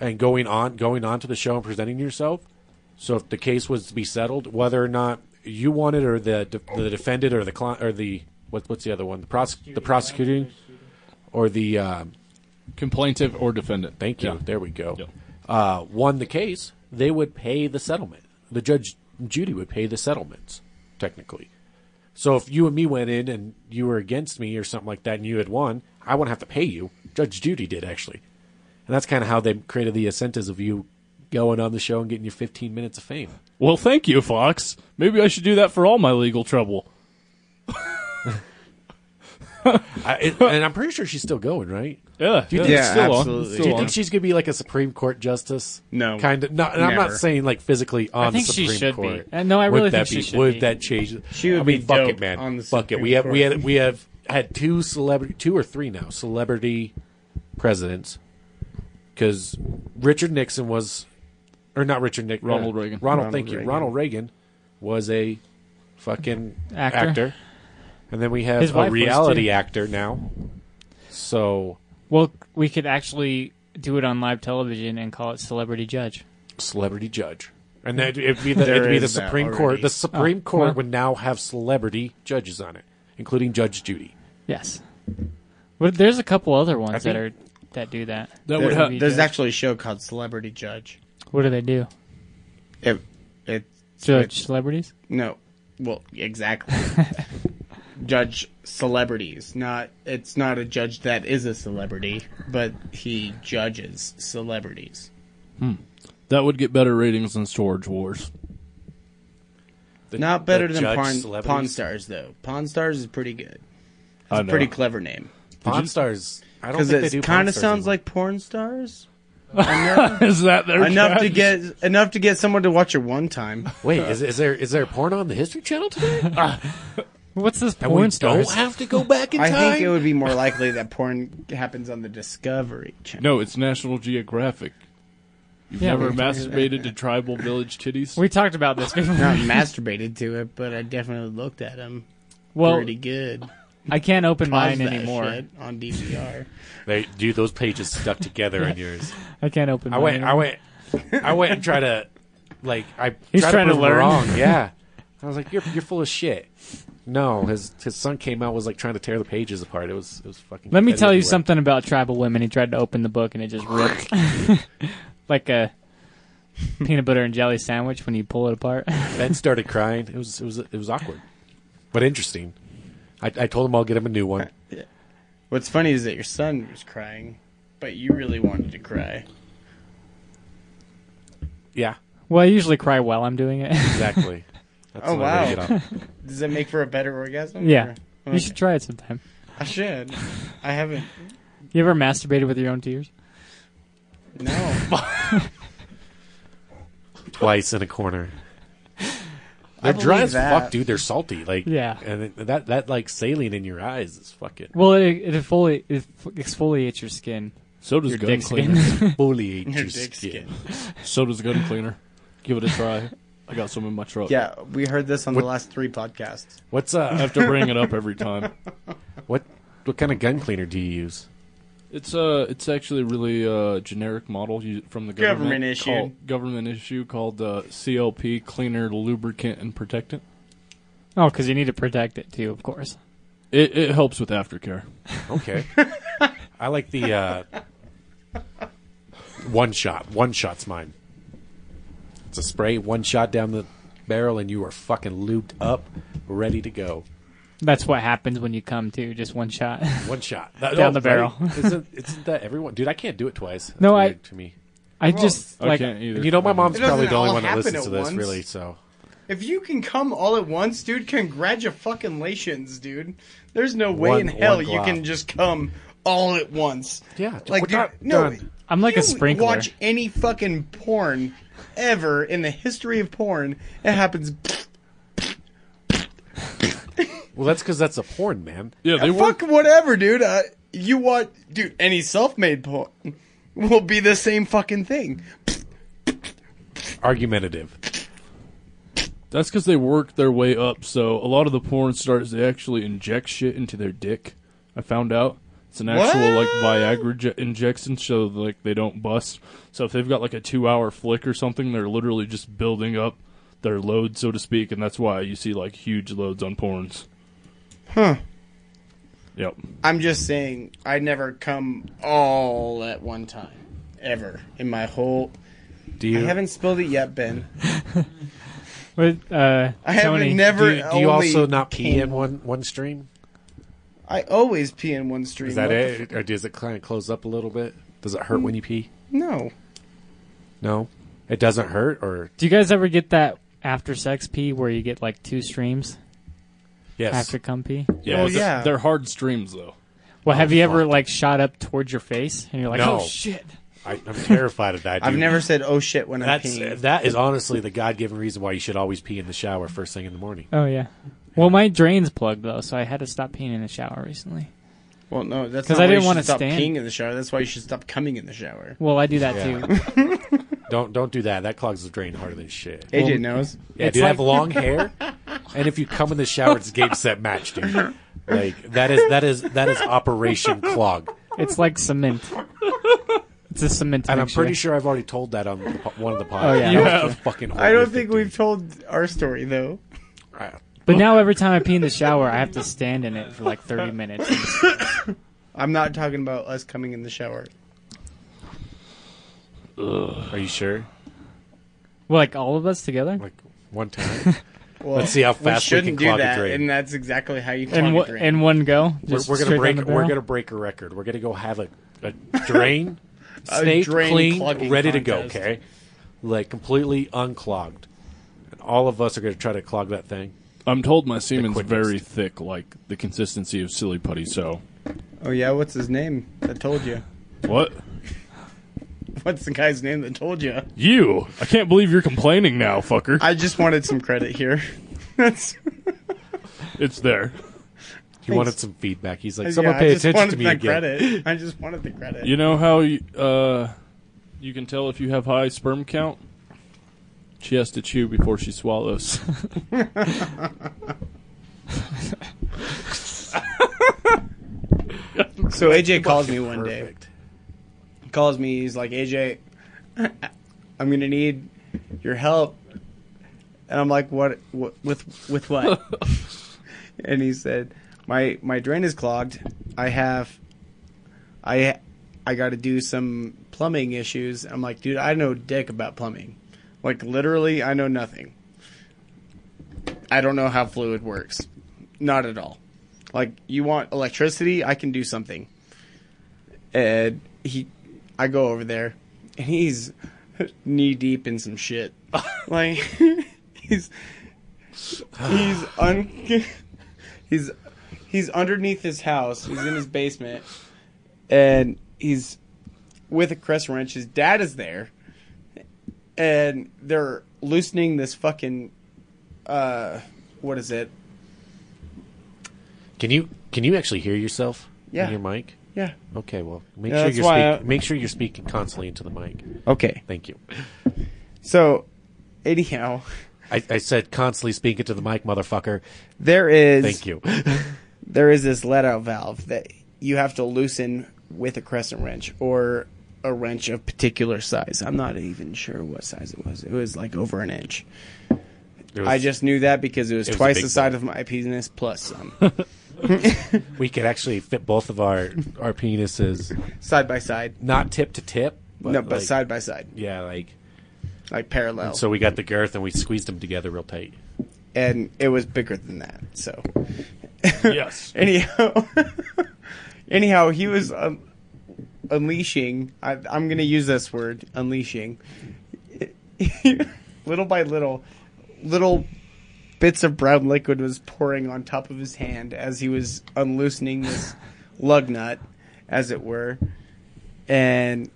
and going on going on to the show and presenting yourself. So if the case was to be settled, whether or not you won it or the de- the defendant or the cli- or the what, what's the other one the prosec- the prosecuting or the um,
complainant or defendant.
Thank you.
Yeah.
There we go. Uh, won the case, they would pay the settlement. The judge Judy would pay the settlements technically. So if you and me went in and you were against me or something like that, and you had won, I wouldn't have to pay you. Judge Judy did actually, and that's kind of how they created the incentives of you going on the show and getting your 15 minutes of fame.
Well, thank you, Fox. Maybe I should do that for all my legal trouble.
I, it, and I'm pretty sure she's still going, right?
Yeah,
Do you
yeah,
think,
it's still on. It's
Do
still
you
on.
think she's gonna be like a Supreme Court justice?
No,
kind of. No, and I'm not
Never.
saying like physically on
I think
the
she
Supreme
should be.
Court.
Uh, no, I really
would that
think she
be,
should
Would
be.
that change?
She would
I mean,
be
fuck
dope
it, man.
on the
fuck it.
Supreme
We have we
Court.
have we have had two celebrity, two or three now, celebrity presidents. Because Richard Nixon was, or not Richard Nixon, uh,
Ronald Reagan.
Ronald,
Ronald
thank you.
Reagan.
Ronald Reagan was a fucking
Actor.
actor. And then we have
His wife
a
was,
reality
too.
actor now. So
Well, we could actually do it on live television and call it Celebrity Judge.
celebrity judge, and that it'd be the,
There
it'd be the
is that
Supreme
already.
Court. The Supreme
Oh,
Court
well.
would now have celebrity judges on it, including Judge Judy.
Yes. But there's a couple other ones
think-
that are that do that.
That
There-
would ha-
there's
Judge.
actually a show called Celebrity Judge.
What do they do?
It, it,
Judge celebrities?
no, well, exactly. judge celebrities. Not it's not a judge that is a celebrity, but he judges celebrities.
that would get better ratings than Storage Wars.
The-
Not better
the
than
judge
Pawn,
celebrities.
Pawn Stars though. Pawn Stars is pretty good.
I
It's a
know.
pretty clever name
Pawn Stars. I don't
because
think they do.
it
Pawn
kind of
Stars
sounds
anymore.
like porn stars.
Is that their
enough to
catch?
get enough to get someone to watch it one time.
Wait, is, is there is there porn on the History Channel today?
What's this
And we
porn stars?
don't have to go back in
Ah, I
time.
think it would be more likely that porn happens on the Discovery Channel.
No, it's National Geographic. You've
Yeah,
never
we-
masturbated to tribal village titties.
We talked about this before.
Not masturbated to it, but I definitely looked at them.
well,
pretty good.
I can't open mine
Pause that
anymore.
shit on DVR.
they do those pages stuck together on yours.
I can't open.
I
mine
went.
anymore.
I went. I went and tried to, like, I.
He's
tried
trying
to,
to
prove him
learn.
Wrong. Yeah. I was like, you're you're full of shit. No, his his son came out was like trying to tear the pages apart. It was it was fucking.
Let me
competitive
tell you
work.
something about tribal women. He tried to open the book and it just ripped, like a peanut butter and jelly sandwich when you pull it apart.
Ben started crying. It was it was it was awkward, but interesting. I, I told him I'll get him a new one.
What's funny is that your son was crying, but you really wanted to cry.
Yeah,
well, I usually cry while I'm doing it.
exactly. That's
Oh,
the way to
wow.
get off.
Does that make for a better orgasm?
yeah,
Or-
you
Okay.
should try it sometime.
I should. I haven't.
You ever masturbated with your own tears?
No.
Twice in a corner. They're
I
dry
believe
as
that.
fuck, dude. They're salty. Like
Yeah.
and it- that that like saline in your eyes is fucking
Well, it, it, exfoli- it exfoliates your skin,
so does
your
gun
dick
cleaner.
skin.
exfoliate
Your
your
dick
skin.
skin.
So does gun cleaner. Give it a try. I got some in my truck.
Yeah, we heard this on the last three podcasts.
What's
I
uh
have to bring it up every time.
what what kind of gun cleaner do you use?
It's uh, it's actually really uh, generic model you- from the government,
Government issue.
called- government issue called uh, CLP Cleaner Lubricant and Protectant.
Oh, because you need to protect it too, of course.
It it helps with aftercare.
Okay. I like the uh one shot. One shot's mine. It's a spray, one shot down the barrel and you are fucking lubed up, ready to go.
That's what happens when you come too, just one shot.
One shot. That-
Down the barrel.
isn't isn't that everyone dude, I can't do it twice. That's
No, I-
weird to me.
I just
I
like
can't either.
Oh,
And you know my mom's
It doesn't
probably the only
all
one that
happen
listens to
at
this
once.
really, so
If you can come all at once, dude, congratulations, dude. There's no way
One-
in hell
one
you
glove.
can just come all at once.
Yeah,
like
we're
dude,
not
no.
done. I'm like a
you
sprinkler.
Watch any fucking porn ever in the history of porn, it happens.
Well, that's because that's a porn, man.
Yeah,
fuck whatever, dude. Uh, you want, dude? Any self-made porn will be the same fucking thing.
argumentative.
That's because they work their way up. So a lot of the porn stars they actually inject shit into their dick. I found out it's an actual like Viagra je- injection, so like they don't bust. So if they've got like a two-hour flick or something, they're literally just building up their load, so to speak, and that's why you see like huge loads on porns.
Huh.
Yep.
I'm just saying, I never come all at one time, ever in my whole.
Do
I
you-
haven't spilled it yet, Ben.
With, uh,
I haven't
Tony,
never.
do you, do you
only
also not pee
came-
in one one stream?
I always pee in one stream.
Is that
What the
it, or does it kind of close up a little bit? Does it hurt when you pee?
f- no.
No, it doesn't hurt. Or
Do you guys ever get that after sex pee where you get like two streams?
Yes.
After cum pee?
Yeah,
Oh,
it's-
yeah.
They're hard streams though.
Well,
Oh,
have you ever like shot up towards your face and you're like,
No.
oh shit?
I, I'm terrified of that.
I've
dude.
never said "oh shit" when I'm
That's
peeing.
that is honestly the God given reason why you should always pee in the shower first thing in the morning.
Oh yeah. Well, my drain's plugged though, so I had to stop peeing in the shower recently.
Well, no, that's
'Cause
not
I
why
didn't
you should
wanna
stop
stand.
peeing in the shower. That's why you should stop coming in the shower.
Well, I do that too.
Don't don't do that. That clogs the drain harder than shit.
AJ
Well,
knows.
Yeah,
It's
dude, I have
like-
long hair, and if you come in the shower, it's game set match, dude. Like that is that is that is Operation Clog,
It's like cement. It's a cement.
and I'm
mixture.
pretty sure I've already told that on the, po- one of the podcasts.
Oh, yeah.
That was
Yeah.
just fucking.
I don't
horrific,
think
dude.
we've told our story though.
I-
But now every time I pee in the shower, I have to stand in it for like 30 minutes.
I'm not talking about us coming in the shower.
Are you sure?
Well, like all of us together.
Like one time,
Well,
Let's see how
we
fast we can
shouldn't do
clog a
that,
drain.
and that's exactly how you clog
in,
a
one-
drain.
in one go.
we're,
just
we're
straight
gonna
down
break.
the
We're
barrel?
gonna break a record. We're gonna go have a, a drain
A
snake
drain
clean,
clogging
ready to go.
contest.
Okay, like completely unclogged, and all of us are gonna try to clog that thing.
I'm told my semen's
quickest.
very thick, like the consistency of silly putty. So
Oh yeah, what's his name? That told you.
what?
What's the guy's name that told you?
You? I can't believe you're complaining now, fucker.
I just wanted some credit here. That's
It's there.
He wanted some feedback. He's like,
yeah,
"Someone
I
pay
just
attention
wanted
to me
the
again."
credit. I just wanted the credit.
You know how you, uh, you can tell if you have high sperm count? She has to chew before she swallows.
so AJ calls me one day.
Perfect.
He calls me. He's like, AJ, I'm gonna need your help. And I'm like, what? what with with what? and he said, my my drain is clogged. I have, I I got to do some plumbing issues. I'm like, dude, I know dick about plumbing. Like literally, I know nothing. I don't know how fluid works. Not at all. Like you want electricity, I can do something. And he I go over there and he's knee deep in some shit. like he's he's un he's he's underneath his house. He's in his basement and he's with a crest wrench. His dad is there and they're loosening this fucking uh what is it?
Can you can you actually hear yourself?
Yeah.
In your mic.
Yeah.
Okay. Well, make
Yeah,
sure
that's
you're
why
speak,
I-
make sure you're speaking constantly into the mic.
Okay.
Thank you.
So anyhow,
I, I said constantly speaking to the mic, motherfucker.
there is
Thank you.
there is this let out valve that you have to loosen with a crescent wrench or a wrench of particular size. I'm not even sure what size it was. It was like over an inch.
It was-
I just knew that because it was,
it was a
twice
big
the size of my penis plus some
we could actually fit both of our our penises,
side by side.
not tip to tip, but
no, but
like-
side by side,
Yeah, like
like parallel.
so we got the girth and we squeezed them together real tight.
and it was bigger than that. So
yes.
anyhow, anyhow, he was um, unleashing. I, I'm going to use this word, unleashing. little by little, little bits of brown liquid was pouring on top of his hand as he was unloosening this lug nut, as it were. And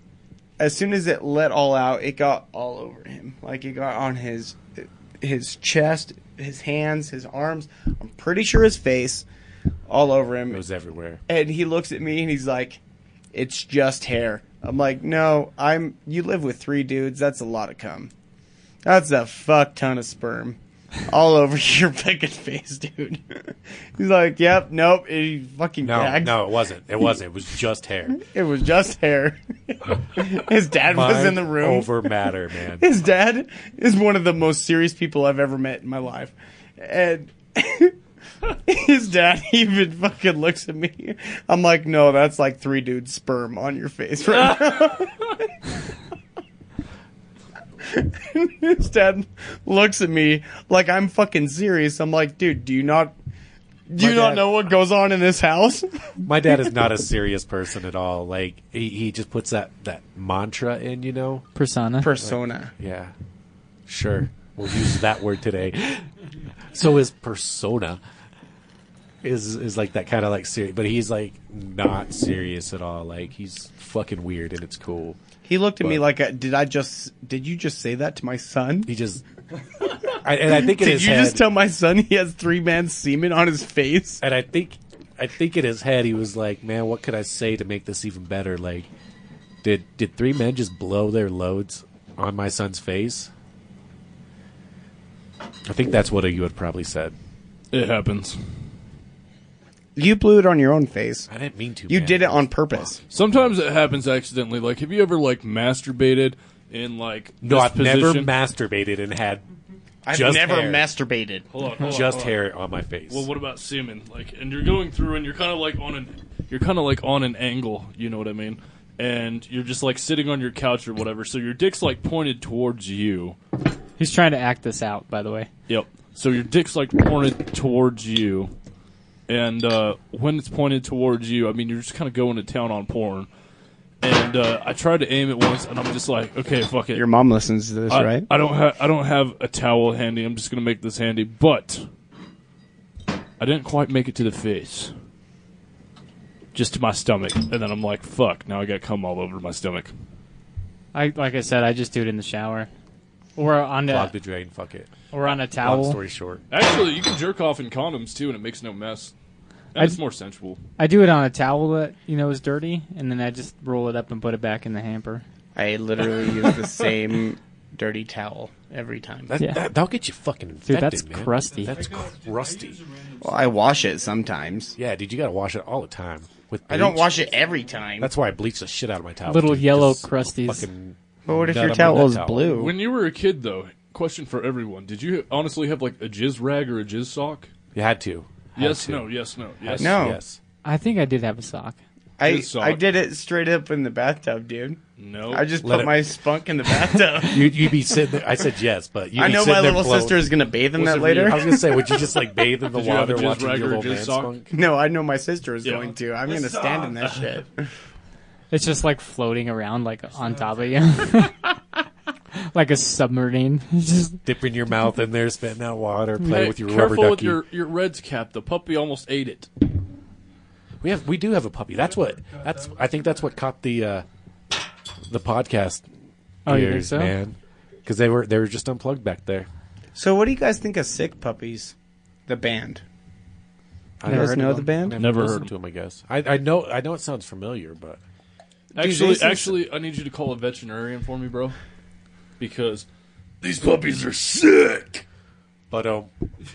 as soon as it let all out, it got all over him. Like it got on his his chest, his hands, his arms. I'm pretty sure his face, all over him. It
was everywhere.
And he looks at me and he's like, "It's just hair." I'm like, "No, I'm. You live with three dudes. That's a lot of cum. That's a fuck ton of sperm." All over your fucking face, dude. He's like, "Yep, nope." and He fucking
No,
gagged.
no, it wasn't. It wasn't. It was just hair.
It was just hair. His dad was in
Mind
the room.
Over matter, man.
His dad is one of the most serious people I've ever met in my life. And his dad even fucking looks at me. I'm like, no, that's like three dudes' sperm on your face right now. his dad looks at me like I'm fucking serious. I'm like, dude, do you not do you
My
not
dad-
know what goes on in this house?
My dad is not a serious person at all. Like he, he just puts that that mantra in, you know.
Persona.
Persona.
Yeah, sure. We'll use that word today. So his persona is is like that kind of like serious, but he's like not serious at all. Like he's fucking weird, and it's cool.
He looked at me
But-
like, uh, "Did I just? Did you just say that to my son?"
He just, I, and I think in
did
his
you
head,
just tell my son he has three man semen on his face?
and I think I think in his head he was like, "Man, what could I say to make this even better?" Like, did did three men just blow their loads on my son's face? I think that's what you would probably said.
It happens.
You blew it on your own face.
I didn't mean to.
You
man.
did it on purpose.
Sometimes it happens accidentally. Like, have you ever like masturbated in like
No,
this
I've never
position?
masturbated and had
I've
just
never
hair.
masturbated.
Hold on, hold on,
just
hold on.
hair on my face.
Well, what about semen? Like, and you're going through, and you're kind of like on an, you're kind of like on an angle. You know what I mean? And you're just like sitting on your couch or whatever. So your dick's like pointed towards you.
He's trying to act this out, by the way.
Yep. So your dick's like pointed towards you, and uh, when it's pointed towards you, I mean you're just kind of going to town on porn. And uh, I tried to aim it once, and I'm just like, okay, fuck it.
Your mom listens to this,
Uh,
I,
right?
I don't have I don't have a towel handy. I'm just gonna make this handy, but I didn't quite make it to the face, just to my stomach, and then I'm like, fuck. Now I got cum all over my stomach.
I like I said, I just do it in the shower, or on
Clog
a
the drain. Fuck it.
or on a
Long
towel.
story short,
Actually, you can jerk off in condoms too, and it makes no mess. And
I-
it's more sensual.
I do it on a towel that you know is dirty, and then I just roll it up and put it back in the hamper.
I literally use the same dirty towel every time.
that,
Yeah.
that, will get you fucking infected,
that's
man.
crusty.
That's crusty.
Well, I wash it sometimes.
Yeah, dude, you gotta wash it all the time with.
I don't
bleach.
wash it every time.
That's why I bleach the shit out of my towel.
Little
dude,
yellow
'cause
crusties.
fucking
but what if
nut
your
on
towel
that
is blue?
When you were a kid, though, question for everyone: Did you honestly have like a jizz rag or a jizz sock?
You had to. Had
yes,
to.
no, yes, no, yes.
No.
Yes.
I think I did have a sock.
I,
Good sock.
I did it straight up in the bathtub, dude.
no.
I just
Let
put
it-
my spunk in the bathtub.
You, you'd be sitting there. I said yes, but you'd
I
be
know
sitting
my
there
little
blowing-
sister is gonna bathe in that
it really-
later.
I was gonna say, would you just like bathe in the
Did you have a
water
jizz
watching
rag
your
or a
little
jizz
man
sock?
spunk?
No, I know my sister is
Yeah.
going to. I'm going to stand in that shit.
It's just like floating around, like on top of you, like a submarine. It's just
Dip in your mouth in there, spitting out water, play
Hey,
with your rubber
careful with
ducky.
your your Reds cap. The puppy almost ate it.
We have, we do have a puppy. That's what. That's. I think that's what caught the, uh, the podcast.
Oh, you think
ears,
so?
man. Because they were they were just unplugged back there.
So, what do you guys think of Sick Puppies, the band?
I
You guys
heard of
know the
them.
band?
Never
listened
heard of
to them. I guess. I, I know. I know it sounds familiar, but
Actually,
this is-
actually, I need you to call a veterinarian for me, bro, because these puppies are sick.
but um,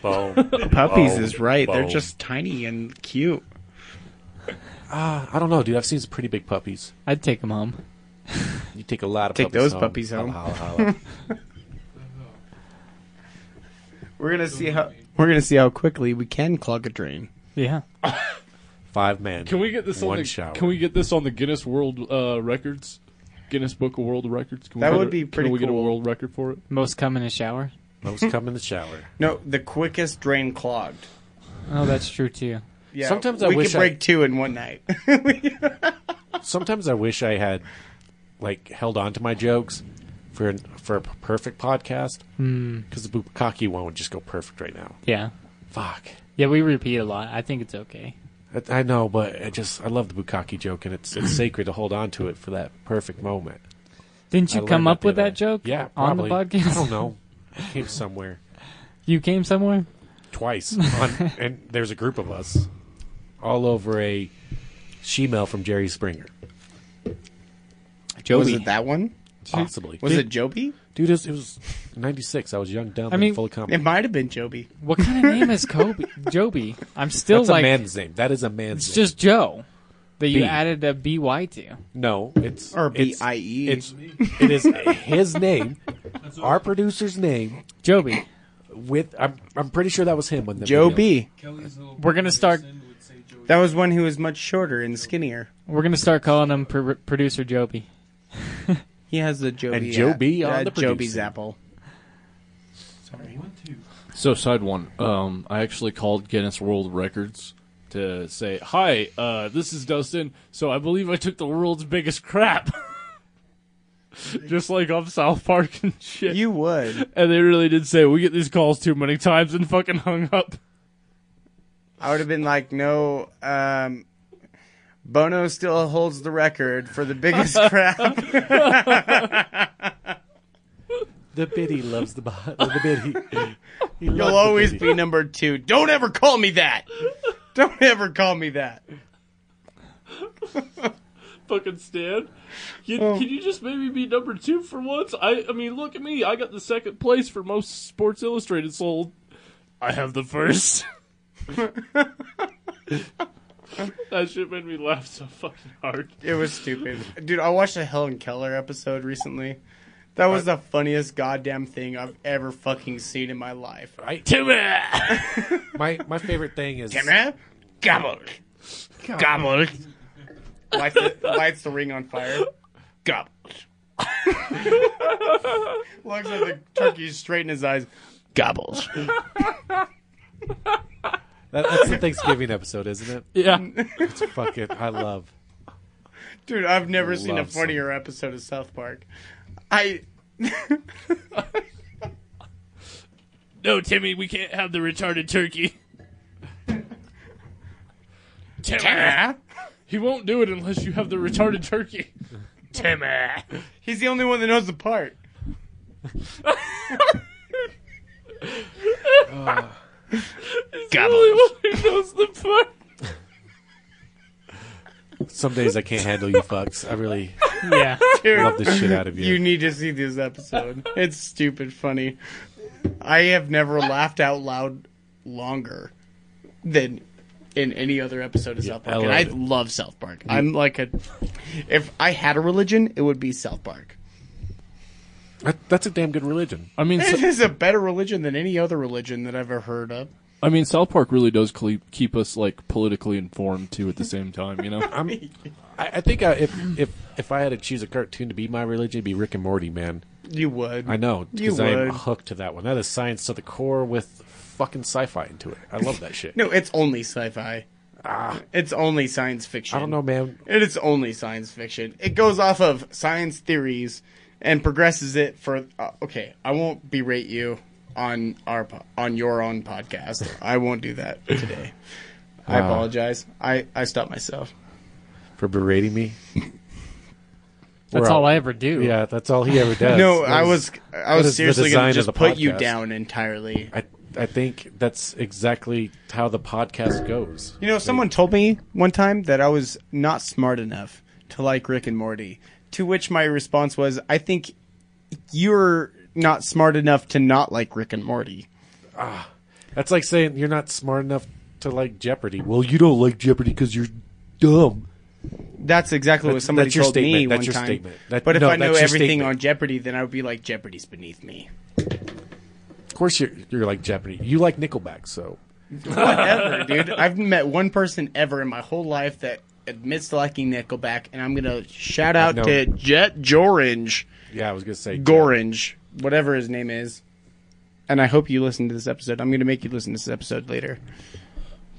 boom.
Puppies
Oh,
is right. They're
oh.
just tiny and cute.
Ah, I don't know, dude. I've seen some pretty big puppies.
I'd take him home.
You take a lot of
Take
puppies
those
home.
puppies home.
Holla, holla, holla.
We're gonna see how we're gonna see how quickly we can clog a drain.
Yeah,
Five men.
Can we get this on
one
the,
shower?
Can we get this on the Guinness World uh, Records? Guinness Book of World Records. Can we
That
get
would
a-
be pretty
Can we get a
cool.
world record for it?
most come in a shower.
Most come in the shower.
No, the quickest drain clogged.
Oh, that's true too.
Yeah,
Sometimes I
we
wish
could
I-
break two in one night.
Sometimes I wish I had like held on to my jokes for an- for a p- perfect podcast
Hmm.
because the Bukaki one would just go perfect right now.
Yeah.
Fuck.
Yeah, we repeat a lot. I think it's okay.
I, I know, but I just I love the Bukaki joke, and it's it's sacred to hold on to it for that perfect moment.
Didn't you
I
come
learned
up
the
with
other
that
day.
joke?
Yeah,
on the
probably.
podcast.
I don't know. It came somewhere
You came somewhere.
twice, on, and there's a group of us all over a shemale from Jerry Springer,
Was
Joey.
it that one?
possibly.
Was it Joby?
Dude, it was, it was '96. I was young, dumb,
I mean,
and full of comedy.
It might have been Joby.
What kind of name is Kobe? Joby. I'm still
That's
like
a man's name. That is a man's
it's
name.
just Joe that you
B.
added a BY to.
no, it's
Or E.
it's-
B.I.E..
It's it is his name, our producer's name.
Joby.
With I'm I'm pretty sure that was him on the video.
Joby.
Kelly's little
We're gonna start.
That was one who was much shorter and skinnier.
We're gonna start calling him pr- producer Joby.
He has the Joby.
And Joby
app-
on
uh,
the
Joby's
producing.
apple.
So side one, um, I actually called Guinness World Records to say, "Hi, uh, this is Dustin. So I believe I took the world's biggest crap." Just like on South Park and shit.
You would.
and they really did say we get these calls too many times and fucking hung up.
I would have been like, no. Um, Bono still holds the record for the biggest crap.
The biddy loves the bo- the biddy. He loves
You'll
the
always
biddy.
be number two. Don't ever call me that. Don't ever call me that.
Fucking Stan, can,
Oh.
can you just maybe be number two for once? I, I mean, look at me. I got the second place for most Sports Illustrated sold. I have the first. that shit made me laugh so fucking hard.
It was stupid, dude. I watched a Helen Keller episode recently. That was the funniest goddamn thing I've ever fucking seen in my life.
Right?
Timmy!
My my favorite thing is
Timmy, gobble, gobble. Lights the, lights the ring on fire. Gobble. Looks at the turkey straight in his eyes. Gobbles.
that, that's the Thanksgiving episode, isn't it?
Yeah.
It's fucking I love.
Dude, I've never seen a
Love some.
funnier episode of South Park. I
No, Timmy, we can't have the retarded turkey.
uh,
Timmy! He won't do it unless you have the retarded turkey. Timmy!
He's the only one that knows the part.
Gobble. He knows the part.
Some days I can't handle you fucks. I really
Yeah.
love the shit out of you.
You need to see this episode. It's stupid funny. I have never laughed out loud longer than in any other episode of South Park.
I
and
love
I
it.
love South Park. I'm like a if I had a religion, it would be South Park.
That- that's a damn good religion.
I mean,
It is a better religion than any other religion that I've ever heard of.
I mean, South Park really does cle- keep us like politically informed too. At the same time, you know.
I'm, I, I think I, if if if I had to choose a cartoon to be my religion, it'd be Rick and Morty, man.
You would.
I know
You
because I'm
would.
hooked to that one. That is science to the core with fucking sci-fi into it. I love that shit.
No, it's only sci-fi. it's only science fiction.
Ah. I don't know, man.
It is only science fiction. It goes off of science theories and progresses it for. Uh, okay, I won't berate you on our po- on your own podcast. I won't do that today. I
Wow.
apologize. I I stopped myself.
For berating me. We're
That's all
out.
I ever do.
Yeah, that's all he ever does.
no,
That
I
is-
was I
that is
was
the
seriously
design
going
of
to
the
just put you
podcast.
down entirely.
I I think that's exactly how the podcast goes.
You know, someone told me one time that I was not smart enough to like Rick and Morty. To which my response was, "I think you're not smart enough to not like Rick and Morty."
That's like saying you're not smart enough to like Jeopardy. Well, you don't like Jeopardy because you're dumb.
That's exactly what
That's-
somebody
that's your
told me
statement. That's
one
your
time.
statement. That-
but if
no,
I knew
that's your
everything
statement.
on Jeopardy, then I would be like, "Jeopardy's beneath me."
Of course, you're you're like Jeopardy. You like Nickelback, so
Ever, dude. I've met one person ever in my whole life that admits to liking Nickelback, and I'm gonna shout out
know.
to Jet Jorange,
yeah, I was gonna say
Gorange, whatever his name is. And I hope you listen to this episode. I'm gonna make you listen to this episode later.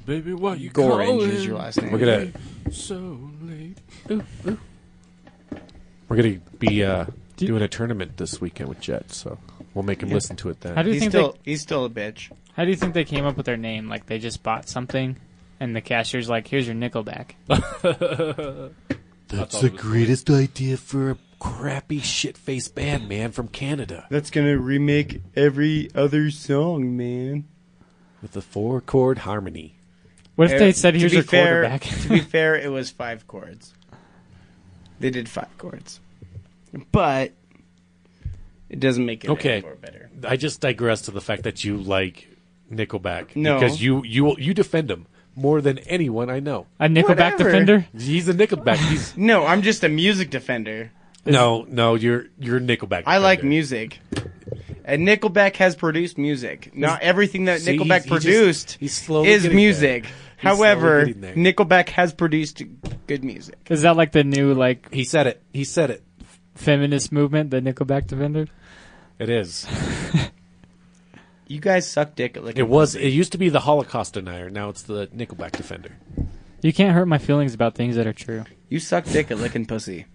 Baby, why you
Gorange is your last name.
We're gonna
so late?
we're gonna be uh, doing a tournament this weekend with Jet, so we'll make him
Yeah.
listen to it then.
How do you
He's
think
still
they-
he's still a bitch.
How do you think they came up with their name? Like they just bought something, and the cashier's like, "Here's your nickel back."
That's the greatest idea for a crappy shit faced band, man, from Canada.
That's gonna remake every other song, man.
With a four chord harmony.
What if they said,
To
"Here's
be
your
fair-
quarterback"?
to be fair, it was five chords. They did five chords, but it doesn't make it
Okay.
any more better.
I just digress to the fact that you like Nickelback.
No.
Because you, you, you defend him more than anyone I know.
a nickelback
Whatever.
defender?
He's a Nickelback. He's
No, I'm just a music defender.
no, no. You're you're Nickelback.
I like
defender.
music, and Nickelback has produced music. Not everything that
See, he's-
Nickelback
he just-
produced
he's slowly
is
getting
music.
there. He's
However,
slowly getting there.
Nickelback has produced good music.
Is that like the new like
He said it. He said it.
feminist movement? The nickelback defender?
It is.
You guys suck dick at like
It was. It used to be the Holocaust denier. Now it's the Nickelback defender.
You can't hurt my feelings about things that are true.
You suck dick at licking pussy.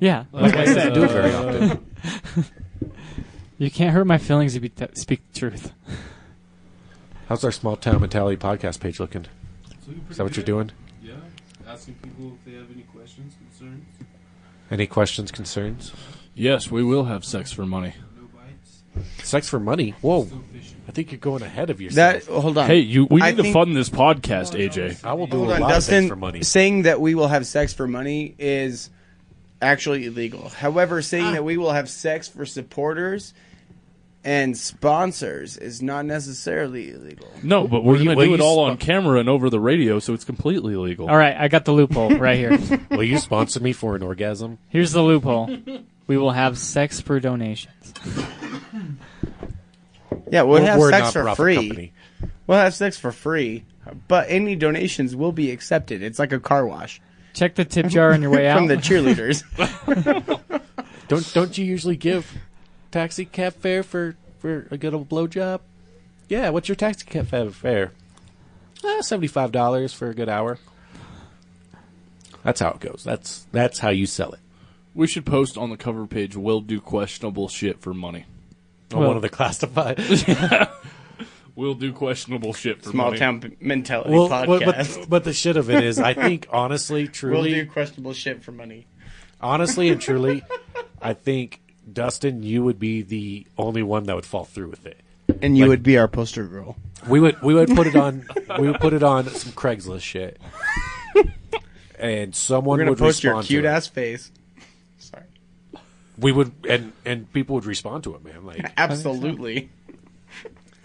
Yeah, like I
He doesn't
said,
do it very often.
you can't hurt my feelings if you t- speak the truth.
How's our small town mentality podcast page looking? Is that what you're doing?
Yeah. Asking people if they have any questions, concerns.
Any questions, concerns?
Yes, we will have sex for money.
No bites.
Sex for money. Whoa. I think you're going ahead of
That
yourself.
hold on.
Hey, you. We need
I
to
think-
fund this podcast, AJ.
I will do
Hold
a
on,
lot of
Dustin.
things for money.
Saying that we will have sex for money is actually illegal. However, saying that we will have sex for supporters and sponsors is not necessarily illegal.
No, but we're
you-
gonna
will
do
you
it all on
sp-
camera and over the radio, so it's completely legal.
All right, I got the loophole right here.
Will you sponsor me for an orgasm?
Here's the loophole. We will have sex for donations.
Yeah, we'll have
a
sex for
nonprofit
free.
company.
We'll have sex for free, but any donations will be accepted. It's like a car wash
Check the tip jar on your way out.
from the cheerleaders.
Don't don't you usually give taxi cab fare for for a good old blowjob? Yeah, what's your taxi cab fa- fare? Uh, Seventy five dollars for a good hour. That's how it goes. That's that's how you sell it.
We should post on the cover page. We'll do questionable shit for money.
On
Well-
one of the classified.
We'll do questionable shit for
Small
money.
town mentality
well,
podcast.
but, but but the shit of it is, I think honestly,
we'll
truly,
do questionable shit for money.
honestly and truly, I think Dustin, you would be the only one that would fall through with it.
And you would be our poster girl.
We would we would put it on we would put it on some Craigslist shit. And someone
We're gonna
would
post your
respond
cute
to it.
ass face. Sorry.
We would and and people would respond to it, man. Like
Absolutely.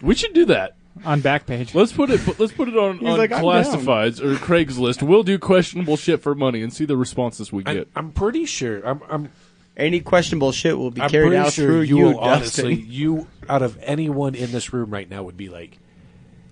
We should do that.
on Backpage.
Let's put it. Let's put it on, on
like, "I'm
classifieds or Craigslist. We'll do questionable shit for money and see the responses we
I,
get.
I'm pretty sure I'm I'm,
Any questionable shit will be
I'm
carried
pretty
out
sure
through
you,
you,
will
Dustin.
honestly you out of anyone in this room right now would be like,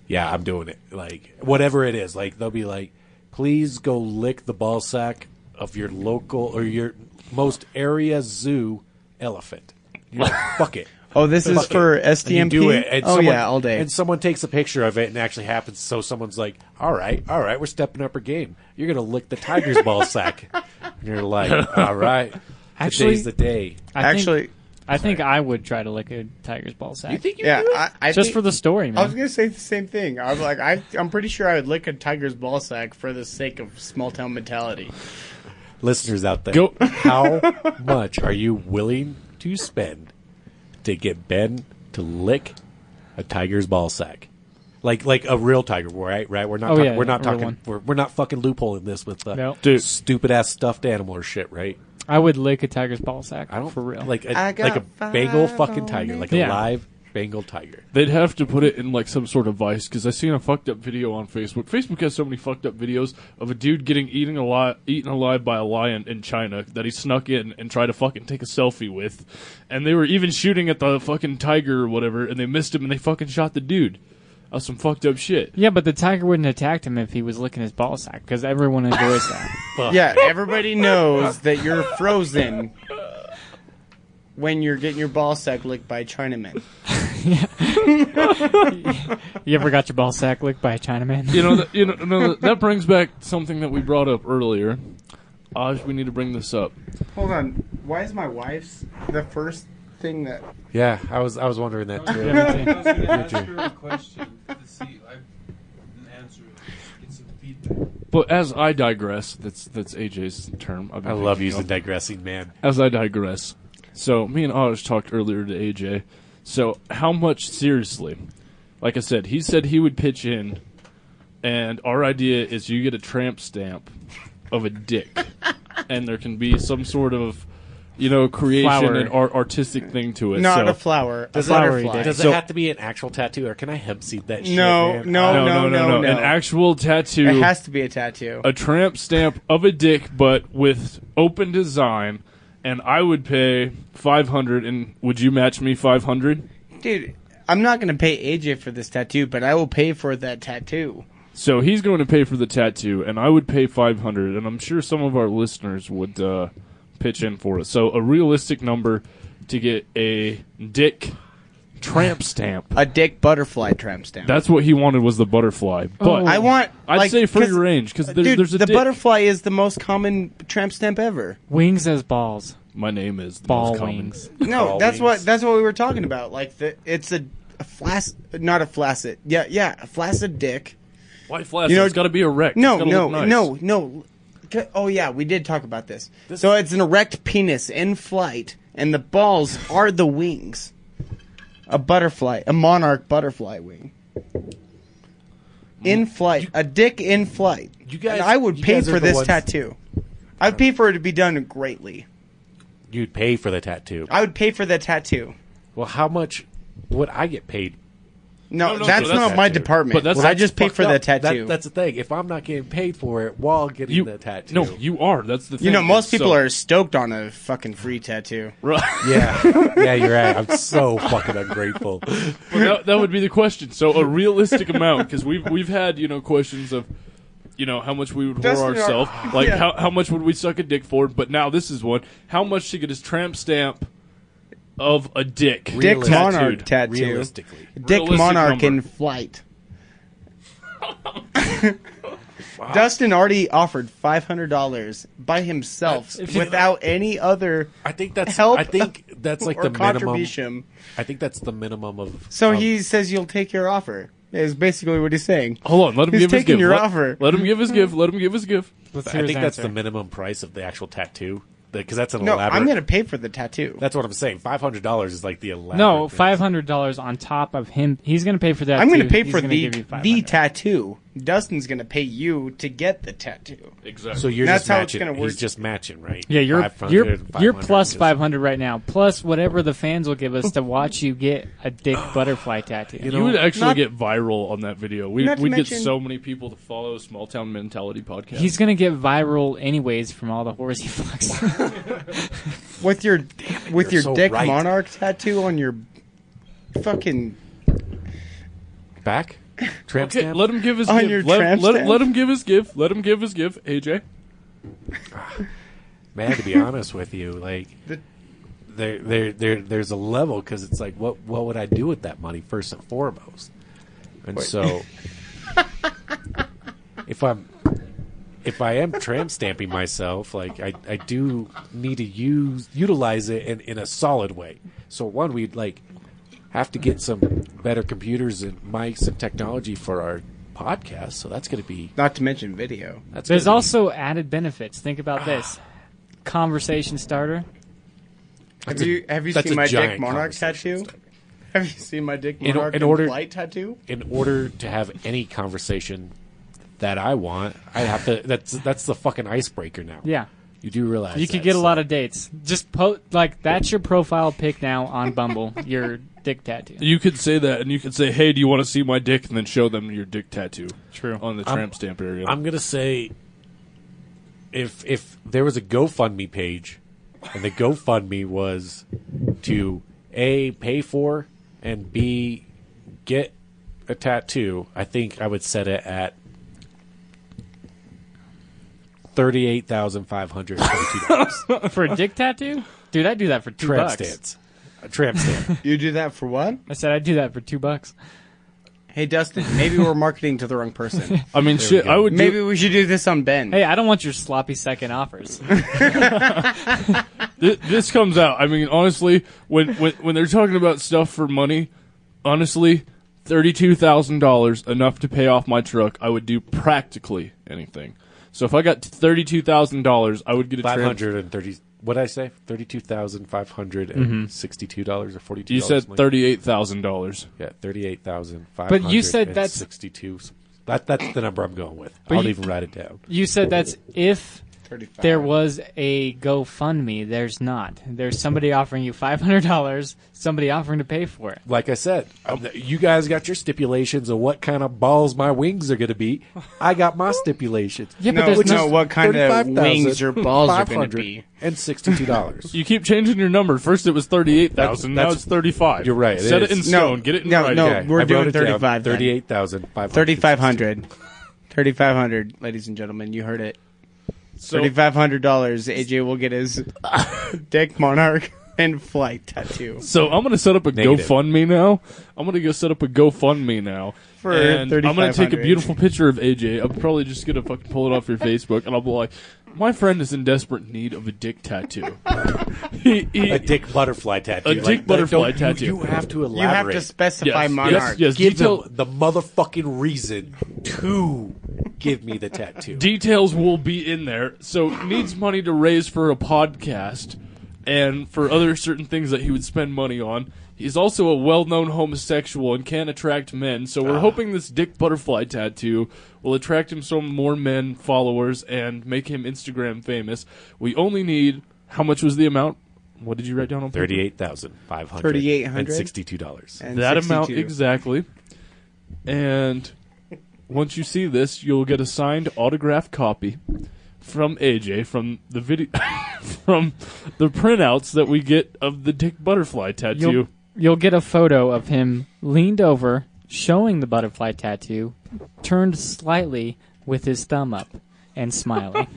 yeah, I'm doing it. Like whatever it is, like they'll be like, please go lick the ball sack of your local or your most area zoo elephant. You're like, Fuck it.
Oh, this is
Fuck it.
for
And you
SDMP.
do it, and
oh
someone-
yeah, all day.
And someone takes a picture of it, and it actually happens. So someone's like, "All right, all right, we're stepping up our game. You're gonna lick the tiger's ball sack." And you're like, "All right,
Actually-
today's the day."
I think-
Actually,
I think I would try to lick a tiger's ball sack.
You think you
yeah,
do it?
I, I
just
think-
for the story,
I was
man.
gonna say the same thing. I was like, I, I'm pretty sure I would lick a tiger's ball sack for the sake of small town mentality.
listeners out there?
Go-
how much are you willing to spend to get Ben to lick a tiger's ball sack? Like, like a real tiger, right? Right? We're not,
Oh,
talk-
yeah,
we're not
a real
talking,
one.
we're, we're not fucking loopholing this with uh,
No.
Dude.
stupid ass stuffed animal or shit, right?
I would lick a tiger's ball sack.
I don't
for real.
like a,
I got
like a Bengal
five
fucking
on
tiger, like a
Yeah.
live Bengal tiger.
They'd have to put it in like some sort of vice because I seen a fucked up video on Facebook. Facebook has so many fucked up videos of a dude getting eaten alive, eaten alive by a lion in China that he snuck in and tried to fucking take a selfie with, and they were even shooting at the fucking tiger or whatever, and they missed him and they fucking shot the dude. That was some fucked up shit.
yeah, but the tiger wouldn't attack him if he was licking his ball sack because everyone enjoys that.
Yeah, everybody knows that you're frozen when you're getting your ball sack licked by Chinamen.
You ever got your ball sack licked by a Chinaman?
You know, that, you know, no, that- that brings back something that we brought up earlier. Aj, we need to bring this up.
Hold on, Why is my wife's the first thing that?
Yeah, I was I was wondering that too.
I was gonna ask
Me too.
her a question to see I an answer, get some feedback.
But as I digress, that's that's AJ's term. I've been
I love
picking
using
up.
digressing, man.
As I digress, so me and Otis talked earlier to AJ. So how much seriously? Like I said, he said he would pitch in, and our idea is you get a tramp stamp of a dick, and there can be some sort of, you know, creation
Flower.
and art- artistic thing to it.
Not
so.
a flower.
Does
a
it-
butterfly.
Does
So-
it have to be an actual tattoo, or can I hemp seed that shit?
No,
man?
no,
I-
No, no, no, no,
no, no.
An actual tattoo.
It has to be a tattoo.
a tramp stamp of a dick, but with open design. And I would pay five hundred. And would you match me five hundred?
Dude, I'm not gonna pay AJ for this tattoo, but I will pay for that tattoo.
So he's going to pay for the tattoo, and I would pay five hundred. And I'm sure some of our listeners would uh, pitch in for it. So a realistic number to get a dick tramp stamp.
A dick butterfly tramp stamp.
That's what he wanted was the butterfly. But
I want.
I'd
like,
say free
'cause-
range because there's,
dude,
there's a
the
dick.
butterfly is the most common tramp stamp ever.
Wings as balls.
My name is the
Ball
most common.
wings.
No,
Ball
that's
wings.
what that's what we were talking about. Like the it's a, a flaccid, not a flaccid. Yeah, yeah, a flaccid dick.
White flask.
You know-
it's got to be erect.
No,
It's gotta
no,
look nice.
no, no. C- Oh yeah, we did talk about this. so it's an erect penis in flight, and the balls are the wings. A butterfly, a monarch butterfly wing. In flight, a dick in flight.
You guys-
and I would
you
pay
guys are
for
the
this
ones-
tattoo. I'd pay for it to be done greatly.
You'd pay for the tattoo.
I would pay for the tattoo.
Well, how much would I get paid?
No,
No, no,
that's
no,
not
that's-
my department.
But that's-
I just pay
Fucked
for the
up. That-
tattoo.
that's the thing. If I'm not getting paid for it while getting
You-
the tattoo,
No, you are. That's the thing.
you know, most
It's
people
so-
are stoked on a fucking free tattoo.
Right.
yeah, yeah, you're right. I'm so fucking ungrateful.
Well, that, that would be the question. So a realistic amount, because we've we've had you know questions of, you know, how much we would whore
Destiny Ar-
ourselves, like
Yeah.
how how much would we suck a dick for? But now this is one. How much to get his tramp stamp of a dick?
Dick
Realistic-
Monarch tattoo.
Realistically,
Dick
Realistic
Monarch in
number.
flight. Dustin already offered five hundred dollars by himself
If you-
without any other
I think that's.
help.
I think that's like
or
the minimum.
contribution.
I think that's the minimum of.
So
of-
he says you'll take your offer. Is basically what he's saying.
Oh,
Hold on, let him
He's
give his
taking
gift.
your
let,
offer.
let him give his gift. Let him give his gift.
Let's hear
I
his
think that's the
answer.
minimum price of the actual tattoo, because that's an
No,
elaborate.
I'm going to pay for the tattoo.
That's what I'm saying. Five hundred dollars is like the elaborate.
No,
thing.
five hundred dollars on top of him. He's gonna pay for that.
I'm
going
to pay for the the tattoo. Dustin's going to pay you to get the tattoo.
Exactly.
So you're
That's
just
how it's
matching.
gonna work.
He's just matching, right?
Yeah, you're
500,
you're you're
500,
plus
just-
five hundred right now, plus whatever the fans will give us to watch you get a dick butterfly tattoo.
you would actually
not-
get viral on that video. We
Not to
we'd
mention-
get so many people to follow Small Town Mentality podcast.
He's gonna get viral anyways from all the whores he fucks.
with your with
you're
your
so
dick
right.
monarch tattoo on your fucking
back. Tramp
Okay,
stamp?
let him give his
On
gift.
your
let,
tramp
let,
stamp?
let him give his gift. Let him give his gift. AJ.
man to be honest with you like there there there there's a level because it's like what what would i do with that money first and foremost and so if i'm if i am tramp stamping myself like i i do need to use utilize it in in a solid way so one we'd like have to get some better computers and mics and technology for our podcast so that's going to be
not to mention video.
that's
There's
gonna be-
also added benefits. Think about this: conversation starter.
Have you have you
that's
seen
a
my dick
giant
monarch
conversation
tattoo?
starter.
Have you seen my dick
In-
monarch
in
in,
order-
flight tattoo?
in order to have any conversation that I want, I have to. That's that's the fucking icebreaker now.
Yeah,
you do realize
you
that,
could get a
so-
lot of dates. Just po- like that's your profile pic now on Bumble. your dick tattoo.
You could say that, and you could say, "Hey, do you want to see my dick?" And then show them your dick tattoo.
True.
On the tramp stamp area.
I'm gonna say, if if there was a GoFundMe page, and the GoFundMe was to a pay for and b get a tattoo, I think I would set it at. Thirty-eight thousand five hundred twenty-two dollars.
For a dick tattoo, dude, I'd do that for two
Tramp
bucks.
stamps. A tramp stamp.
You do that for what?
I said I'd do that for two bucks.
Hey Dustin, maybe we're marketing to the wrong person.
I mean, There we shit, go. I would do-
Maybe we should do this on Ben.
Hey, I don't want your sloppy second offers.
Th- this comes out. I mean, honestly, when when, when they're talking about stuff for money, honestly, thirty-two thousand dollars enough to pay off my truck. I would do practically anything. So if I got thirty-two thousand dollars, I would get a trans-
Five hundred and thirty. What did I say? Thirty-two thousand five hundred and sixty-two dollars or forty-two.
You said thirty-eight thousand dollars.
Yeah, thirty-eight thousand five.
But you said that's-
sixty-two. That that's the number I'm going with.
But
I don't
you-
even write it down.
You said that's if
35.
there was a GoFundMe. There's not. There's somebody offering you five hundred dollars. Somebody offering to pay for it.
Like I said, I'm- you guys got your stipulations of what kind of balls my wings are going to be. I got my stipulations.
Yeah, but No, there's
Which
no
is
what kind of
wings your balls are gonna
35,500
be.
And sixty-two dollars.
You keep changing your number. First it was thirty-eight thousand. Now
That's-
it's thirty-five.
You're right.
Set it,
is.
in stone. get it in
no,
writing.
no,
Okay, I
we're
wrote
doing
it down.
35 then.
38,500.
3500 3500 ladies and gentlemen, you heard it.
So-
$3500 AJ will get his Dick Monarch and flight tattoo.
So I'm gonna set up a
Negative.
GoFundMe now. I'm gonna go set up a GoFundMe now.
For
and I'm gonna take a
3,500.
beautiful picture of AJ. I'm probably just gonna fucking pull it off your Facebook, and I'll be like, "My friend is in desperate need of a dick tattoo. he, he,
A dick butterfly tattoo.
A
Like-
dick
like,
butterfly
don't- you-
tattoo.
You, have to
You have
elaborate.
to specify
Yes, yes,
Monarch.
yes.
give
detail-
them the motherfucking reason to give me the tattoo.
Details will be in there. So needs money to raise for a podcast and for other certain things that he would spend money on. He's also a well-known homosexual and can attract men. So we're hoping this dick butterfly tattoo will attract him some more men followers and make him Instagram famous. We only need how much was the amount? What did you write down on paper?
Thirty-eight thousand five hundred.
$38,500?
sixty-two dollars.
And
that amount
62.
exactly. And once you see this, you'll get a signed autographed copy from AJ from the video from the printouts that we get of the Dick Butterfly tattoo.
You'll, you'll get a photo of him leaned over, showing the butterfly tattoo, turned slightly with his thumb up and smiling.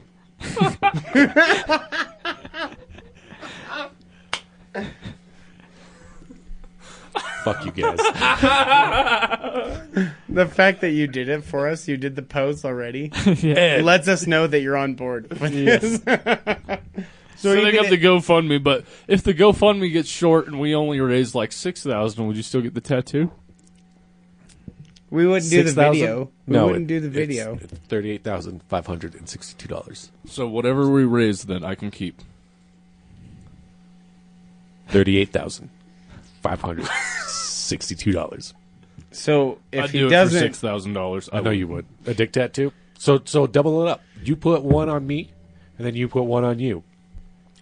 Fuck you guys.
The fact that you did it for us, you did the pose already,
And
lets us know that you're on board with this.
so
you
setting
can-
up the GoFundMe, but if the GoFundMe gets short and we only raise like six thousand, would you still get the tattoo?
We wouldn't do the
6,000?
video. We
No,
wouldn't
it-
do the
it's-
video.
it's $38,562.
So whatever we raise, then I can keep.
$38,562.
so if
I'd
he
do it for
doesn't,
six thousand dollars.
I know you would. A dick tattoo? So so double it up. You put one on me, and then you put one on you.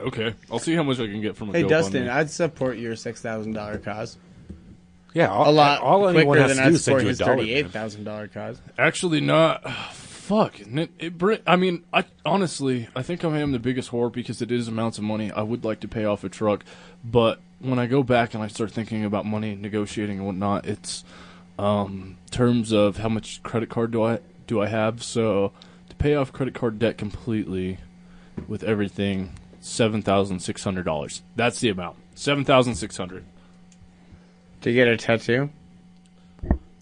Okay, I'll see how much I can get from a
hey
GoFundMe.
Dustin, I'd support your six thousand dollar cause
Yeah, all,
a lot
all anyone
quicker
has
than
to do
I'd
is send
support
you a
his
dollar.
thirty
man.
eight thousand dollar cause.
Actually, not. Fuck. It, it, bri- I mean, I honestly, I think I am the biggest whore because it is amounts of money. I would like to pay off a truck, but when I go back and I start thinking about money, and negotiating and whatnot, it's um, terms of how much credit card do I do I have. So to pay off credit card debt completely with everything, seven thousand six hundred dollars. That's the amount. Seven thousand six hundred.
To get a tattoo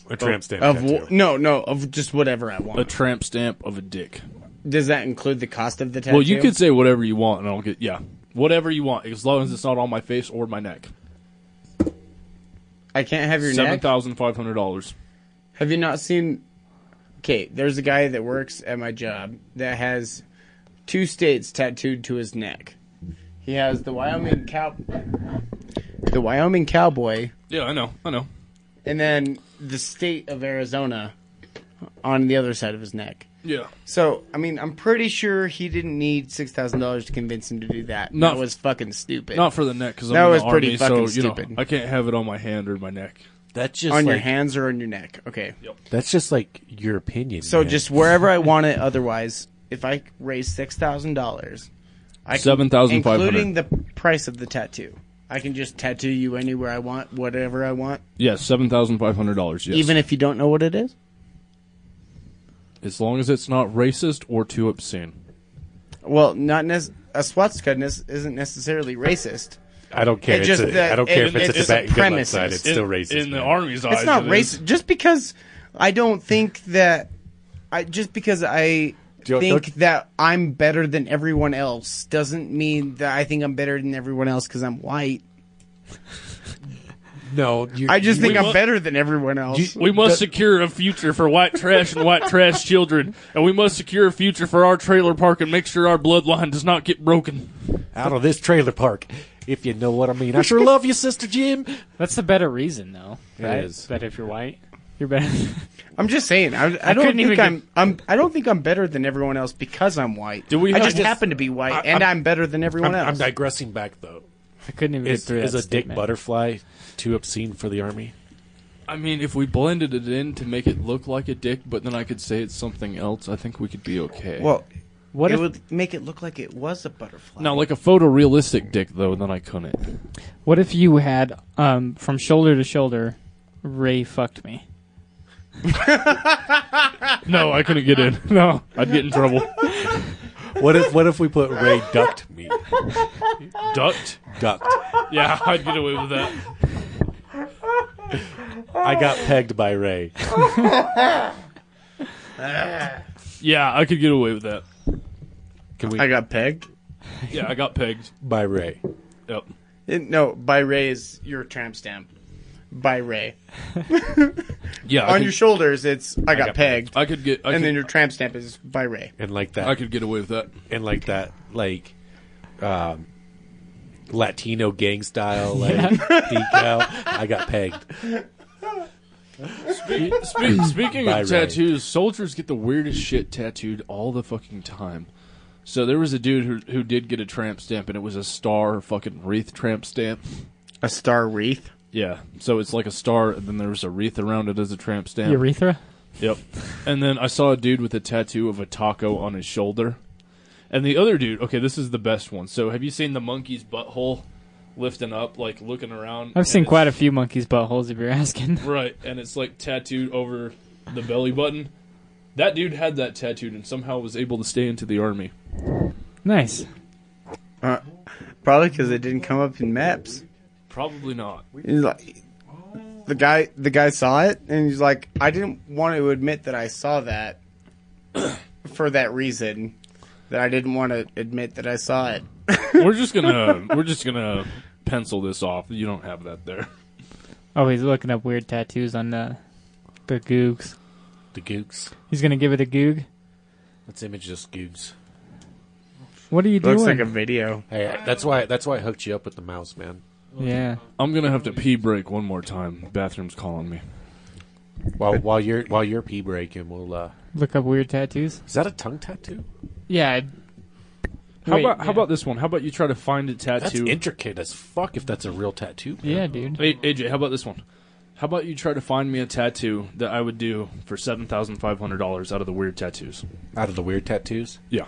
A tramp stamp
of
tattoo.
wh- no, no, of just whatever I
A
want.
tramp stamp of a dick.
Does that include the cost of the tattoo?
Well, you could say whatever you want, and I'll get yeah, whatever you want, as long as it's not on my face or my neck.
I can't have your
Seven
neck.
thousand five hundred dollars.
Have you not seen? Okay, there's a guy that works at my job that has two states tattooed to his neck. He has the Wyoming cow, the Wyoming cowboy,
Yeah, I know, I know.
and then the state of Arizona on the other side of his neck.
Yeah,
So, I mean, I'm pretty sure he didn't need six thousand dollars to convince him to do that.
Not-
that was fucking stupid.
not for the neck because
That
I'm in
was
the
pretty
army,
fucking
so, you know,
stupid.
I can't have it on my hand or my neck.
That's just
on
like,
your hands or on your neck. Okay.
That's just like your opinion.
So
man.
just wherever I want it. Otherwise, if I raise six thousand dollars, I can-
$7,500.
including the price of the tattoo. I can just tattoo you anywhere I want, whatever I want,
Yes, seven thousand five hundred dollars. Yes,
even if you don't know what it is.
as long as it's not racist or too obscene.
Well, not nec- a swastika nes- isn't necessarily racist.
I don't care.
It
It's
just
a-
that-
I don't care if it's a bad- good left
premises.
side, it's still In- racist, in the man. army's
It's
eyes,
not
it is.
racist. Just because I don't think that, I just because I
Don't-
think
don't-
that I'm better than everyone else doesn't mean that I think I'm better than everyone else because I'm white.
No, you,
I just
you-
think I'm better than everyone else.
We must secure a future for white trash and white trash children, and we must secure a future for our trailer park and make sure our bloodline does not get broken.
out of this trailer park, if you know what I mean. I sure love you, Sister Jim.
That's the better reason, though.
It
right?
is.
That if you're white, you're better.
I'm just saying. I, I,
I
don't
couldn't even
think
get-
I'm, I'm. I don't think I'm better than everyone else because I'm white.
Do we
I
have-
just
I just-
happen to be white,
I-
and I'm, better than everyone
I'm, I'm
else.
digressing back though.
I couldn't even
Is,
get through
is
that
a dick
statement.
butterfly too obscene for the army?
I mean, if we blended it in to make it look like a dick, but then I could say it's something else, I think we could be okay.
well,
What
it
if
would make it look like it was a butterfly.
now, like a photorealistic dick, though, then I couldn't.
What if you had um, from shoulder to shoulder, Ray fucked me?
No, I couldn't get in. No, I'd get in trouble.
What if what if we put Ray ducked me?
Ducked?
Ducked.
Yeah, I'd get away with that.
I got pegged by Ray.
Yeah, I could get away with that.
Can we
I got pegged.
Yeah, I got pegged.
by Ray?
Yep.
It- no, by Ray is your tramp stamp. By Ray
Yeah, I
on
could,
your shoulders, it's I got,
got
pegged,
I could get. I
and
could,
then your tramp stamp is by Ray.
And like
I
that
could get away with that.
and like that like um Latino gang style like decal. I got pegged.
Spe- speaking
By
of
right.
tattoos, soldiers get the weirdest shit tattooed all the fucking time. So there was a dude who who did get a tramp stamp, and it was a star fucking wreath tramp stamp.
A star wreath.
Yeah, so it's like a star, and then there was a wreath around it as a tramp stamp.
Urethra?
Yep. And then I saw a dude with a tattoo of a taco on his shoulder. And the other dude, okay, this is the best one. So have you seen the monkey's butthole lifting up, like looking around?
I've seen
And
quite a few monkeys' buttholes. If you're asking,
it's- Right, and it's like tattooed over the belly button. That dude had that tattooed and somehow was able to stay into the army.
nice.
Probably because it didn't come up in maps.
Probably not.
He's like, the guy, the guy saw it, and he's like, I didn't want to admit that I saw that for that reason. That I didn't want to admit that I saw it.
we're just gonna we're just gonna pencil this off. You don't have that there.
Oh, he's looking up weird tattoos on the the googs.
The gooks.
He's gonna give it a goog.
Let's image this googs.
What are you doing?
Looks like a video.
Hey, that's why that's why I hooked you up with the mouse, man.
yeah.
I'm gonna have to pee break one more time. Bathroom's calling me.
While while you're while you're pee breaking, we'll uh
Look up weird tattoos.
Is that a tongue tattoo?
Yeah. I'd-
How
Wait,
about how
yeah.
about this one? How about you try to find a
That's
tattoo?
intricate as fuck if that's a real tattoo. man.
Yeah, dude.
Hey, AJ, how about this one? How about you try to find me a tattoo that I would do for seven thousand five hundred dollars out of the weird tattoos?
Out of the weird tattoos.
Yeah,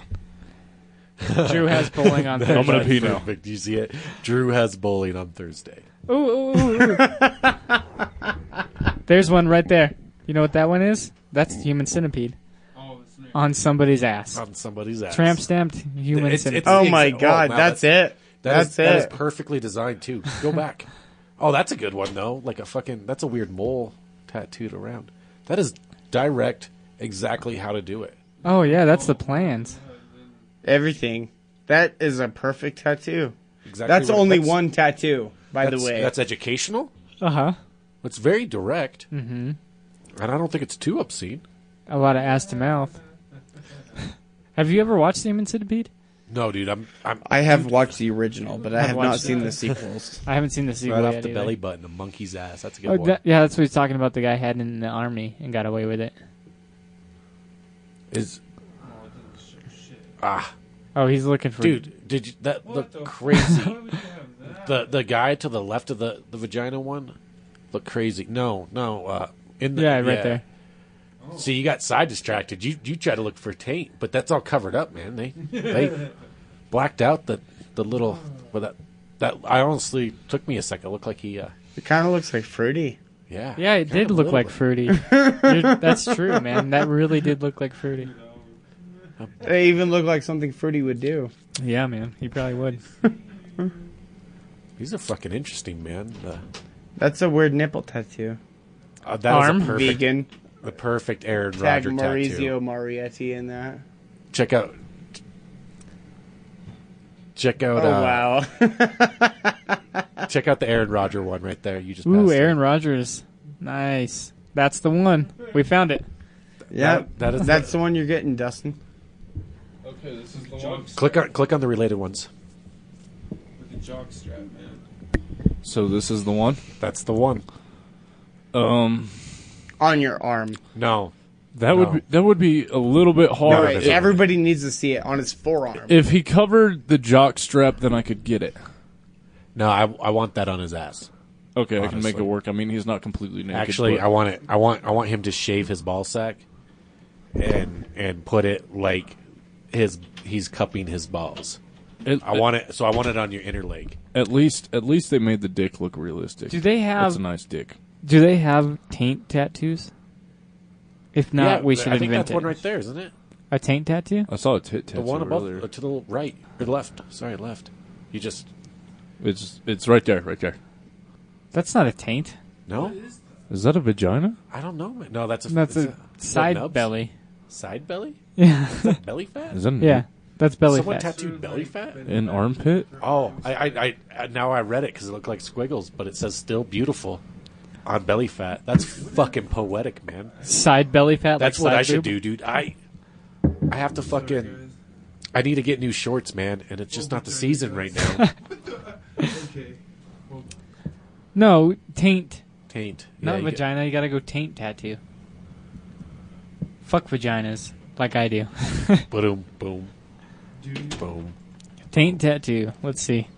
Drew has bowling on
I'm
Thursday.
gonna pee now.
Perfect. You see it? Drew has bowling on Thursday.
Ooh, ooh, ooh, ooh. There's one right there. You know what that one is? That's the human centipede
Oh, it's new.
on somebody's ass.
On somebody's ass.
Tramp stamped human
It's-
centipede.
it's-
Oh my
Exa- oh,
god,
wow,
that's, it.
That is-
that's
That is
it.
perfectly designed too. Go back. oh, that's a good one though. Like a fucking that's a weird mole tattooed around. That is direct exactly how to do it.
oh yeah, that's the plans.
Everything. That is a perfect tattoo.
Exactly.
That's
what-
only one tattoo, by the
that's-
way.
That's educational.
Uh huh.
It's very direct. Mm-hmm. And I don't think it's too obscene.
A lot of ass to mouth. Have you ever watched the human centipede?
No, dude, I'm I'm
I have watched the original, but I have not
watched
seen the sequels.
I haven't seen the sequel
right
yet
off the
either.
belly button, a monkey's ass. That's a good
Oh,
one.
that- yeah, that's what he's talking about. The guy had in the army and got away with it.
Is
Oh, it doesn't show shit.
ah,
Oh, he's looking for
dude, did you, that
What
looked
the
crazy?
Why would you have that?
the the guy to the left of the the vagina one looked crazy. No, no, uh, in the
Yeah, right there.
See, you got side distracted. You you try to look for taint, but that's all covered up, man. They they blacked out the the little well, that that I honestly took me a second. It looked like he uh
It kind of looks like fruity.
yeah
Yeah, it
Kinda
did look
little
like
bit.
fruity. You're- that's true, man. That really did look like fruity.
They even look like something fruity would do.
Yeah, man. He probably would.
These are fucking interesting, man. The,
That's a weird nipple tattoo.
uh, that is a
Arm.
perfect,
Vegan.
The perfect Aaron
Tag
Rodgers tattoo.
Maurizio Marietti in that.
Check out. Check out.
Oh,
uh,
wow.
check out the Aaron Rodgers one right there. You just
Ooh,
passed it.
Aaron Rodgers. Nice. That's the one. We found it.
Yeah,
That- that is-
that's the one you're getting, Dustin.
Okay, this is the one
Click on click on the related ones.
with the jock strap, man.
So this is the one.
That's the one.
Um,
On your arm.
No,
that would
No.
be, that would be a little bit
All
hard.
right,
If-
everybody needs to see it on his forearm.
if he covered the jock strap, then I could get it.
no. I, I want that on his ass.
Okay, I can make
Honestly.
it work. I mean, he's not completely naked.
Actually,
but-
I want it. I want I want him to shave his ball sack, and and put it like his he's cupping his balls.
At-
Uh,
I want it. So I want it on your inner leg.
At least, at least they made the dick look realistic.
Do they have-
That's a nice dick.
Do they have taint tattoos? If not,
Yeah,
we should
I think
invent
that's
it.
one right there, isn't it?
A taint tattoo?
I saw a tit
The
tattoo
one above uh,
earlier.
to the right or left. Sorry, left. You just
It's it's right there, right there.
That's not a taint.
no.
Is that a vagina?
I don't know. man. No, that's a
That's
it's
a
is that
side
nubs?
belly.
Side belly.
Yeah,
Is that belly fat?
Is that an,
yeah. That's belly
Someone
fat.
tattooed belly fat.
an armpit?
Oh, I, I, I, I now I read it because it looked like squiggles, but it says still beautiful on belly fat. That's fucking poetic, man.
side belly fat.
That's
like
what
side
I should do,
boob?
dude. I, I have to fucking. I need to get new shorts, man, and it's just not the season right now.
Okay.
No taint,
Taint.
not
Yeah, you
vagina. You gotta go taint tattoo. Fuck vaginas, like I do.
get- Boom, boom, boom.
taint tattoo. Let's see.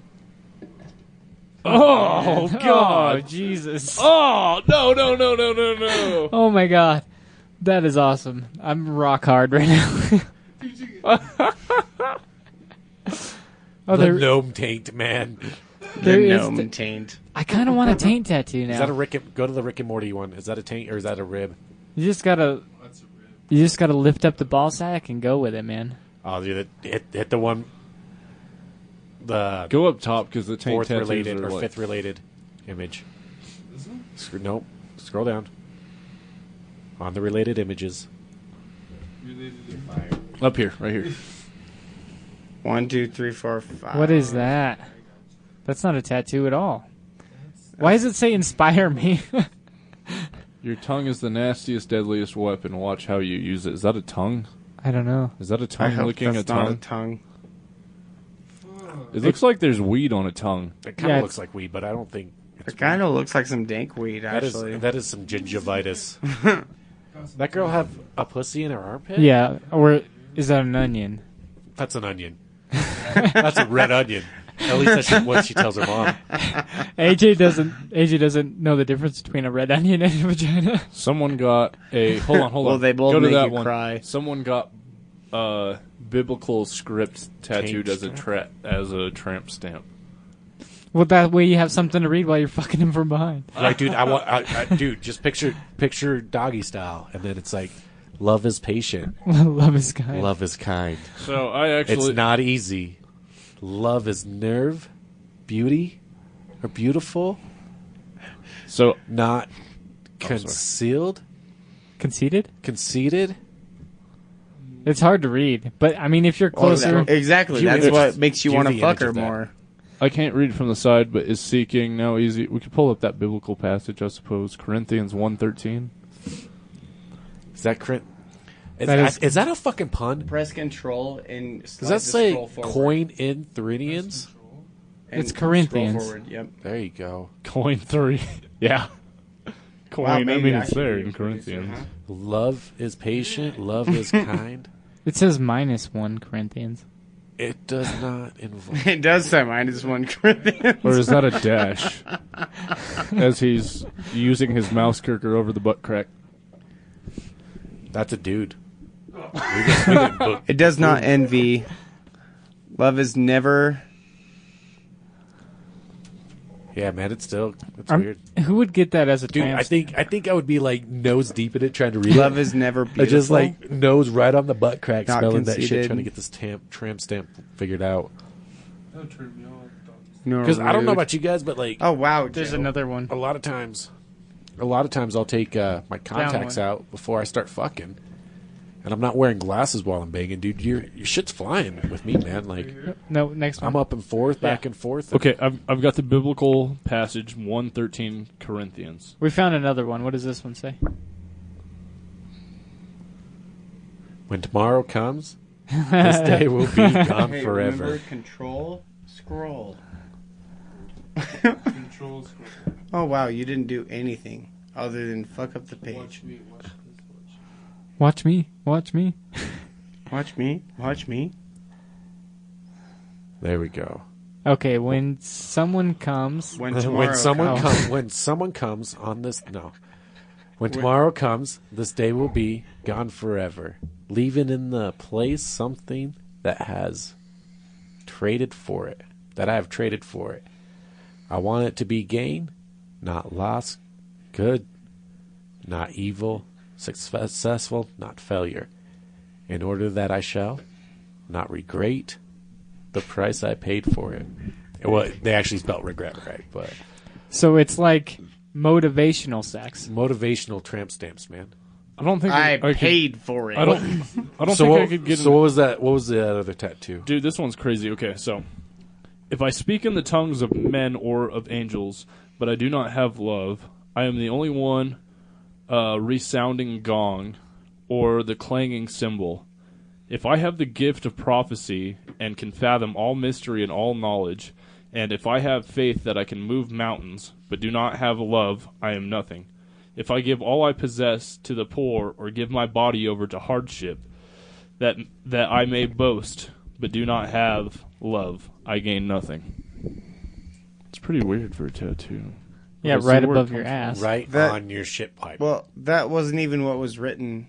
Oh
Oh God!
Jesus!
Oh no no no no no no!
Oh my God, that is awesome. I'm rock hard right now. oh,
the
there,
gnome taint, man.
there is.
gnome
t-
taint.
I kind of want a taint tattoo now.
Is that a Rick? and- Go to the Rick and Morty one. Is that a taint or is that a rib?
you just gotta,
That's a rib.
you just gotta lift up the ball sack and go with it, man.
Oh, dude, that- hit, hit the one. The
Go up top because the taint
fourth
tattoos
related
are
or
like-
fifth related image.
This one?
Sc- nope. Scroll down. On the related images.
Related to
up here, right here.
One, two, three, four, five.
What is that? That's not a tattoo at all. Why does it say inspire me?
Your tongue is the nastiest, deadliest weapon. Watch how you use it. Is that a tongue?
I don't know.
Is that a
I
tongue
hope
licking
that's
a
not
tongue?
a tongue.
it looks like there's weed on a tongue.
It kind of
Yeah,
looks like weed, but I don't think
It kind of looks like some dank weed,
that is
actually.
that is some gingivitis. that girl have a pussy in her armpit?
Yeah, or is that an onion?
That's an onion. That's a red onion. At least that's what she tells her mom.
AJ doesn't. AJ doesn't know the difference between a red onion and a vagina.
Someone got a hold on, hold
Well,
on.
they both
Go to
make
that
you
one.
cry.
Someone got uh, biblical script tattooed as a tra- as a tramp stamp.
Well, that way you have something to read while you're fucking him from behind.
Like, dude, I want, I, I, dude, just picture picture doggy style, and then it's like, love is patient,
Love is kind.
love is kind.
So I
It's
actually
not easy. Love is nerve, beauty, or beautiful,
so
not concealed,
Conceited.
conceited.
It's hard to read, but I mean, if you're
Well,
closer,
that- exactly.
Do you
That's
image-
what makes you
do
want to
the
fuck
image
her
of that.
more.
I can't read from the side, but is seeking now easy? We could pull up that biblical passage, I suppose. Corinthians one thirteen.
Is that crit? Is
That
that,
is-
is, that a fucking pun?
Press control and
Does that say coin in Theridians?
It's Corinthians.
Yep.
There you go.
Coin three. yeah. Coin. I
maybe
mean,
I
it's
should
there
read
in
it pretty soon,
Corinthians.
huh?
Love is patient. Love is kind.
it says minus one Corinthians.
It does not involve.
It does say mine is one Corinthians.
Or is that a dash? As he's using his mouse clicker over the butt crack.
That's a dude. We didn't- we didn't book-
It does not envy. Love is never.
Yeah, man, it's still it's
I'm-
weird.
Who would get that as a
Dude,
tramp
I think I think I would be like nose deep in it trying to read it.
Love is never beautiful.
I just like nose right on the butt crack,
Not
smelling that shit,
conceited.
trying to get this tamp, tramp stamp figured out.
That would turn me on. dogs.
nor
Because I don't know
rude.
about you guys, but like,
Oh wow,
There's
Joe.
another one.
a lot of times, a lot of times I'll take uh, my contacts
one.
out before I start fucking, and I'm not wearing glasses while I'm banging, dude. Your your shit's flying with me, man. Like
No, next one.
I'm up and forth, back and forth.
Okay, I've, I've got the biblical passage 113 Corinthians.
We found another one. What does this one say?
When tomorrow comes, this day will be gone
Hey,
forever.
remember control scroll.
Control scroll.
Oh wow, you didn't do anything other than fuck up the page.
Watch me. Watch this. Watch.
Watch me. Watch me.
Watch me, watch me.
There we go.
Okay, when someone comes,
When tomorrow
When someone
comes.
comes, when someone comes on this no, when tomorrow comes, this day will be gone forever, leaving in the place something that has traded for it, that I have traded for it. I want it to be gain, not loss, good, not evil, success- successful, not failure, in order that I shall not regret the price I paid for it. Well, they actually spelled regret right, but
so it's like motivational sex.
motivational tramp stamps, man.
I don't think
I
could-
paid for it.
I don't. I don't
so
think
what,
I could get.
so what was that? What was that other tattoo?
Dude, this one's crazy. Okay, so if I speak in the tongues of men or of angels, but I do not have love, I am the only one uh, resounding gong or the clanging cymbal. If I have the gift of prophecy and can fathom all mystery and all knowledge, and if I have faith that I can move mountains, but do not have love, I am nothing. If I give all I possess to the poor or give my body over to hardship, that that I may boast, but do not have love, I gain nothing. It's pretty weird for a tattoo.
Yeah,
Let's see
right
where it
above your
comes
ass.
Right
That-
on your shit pipe.
Well, that wasn't even what was written.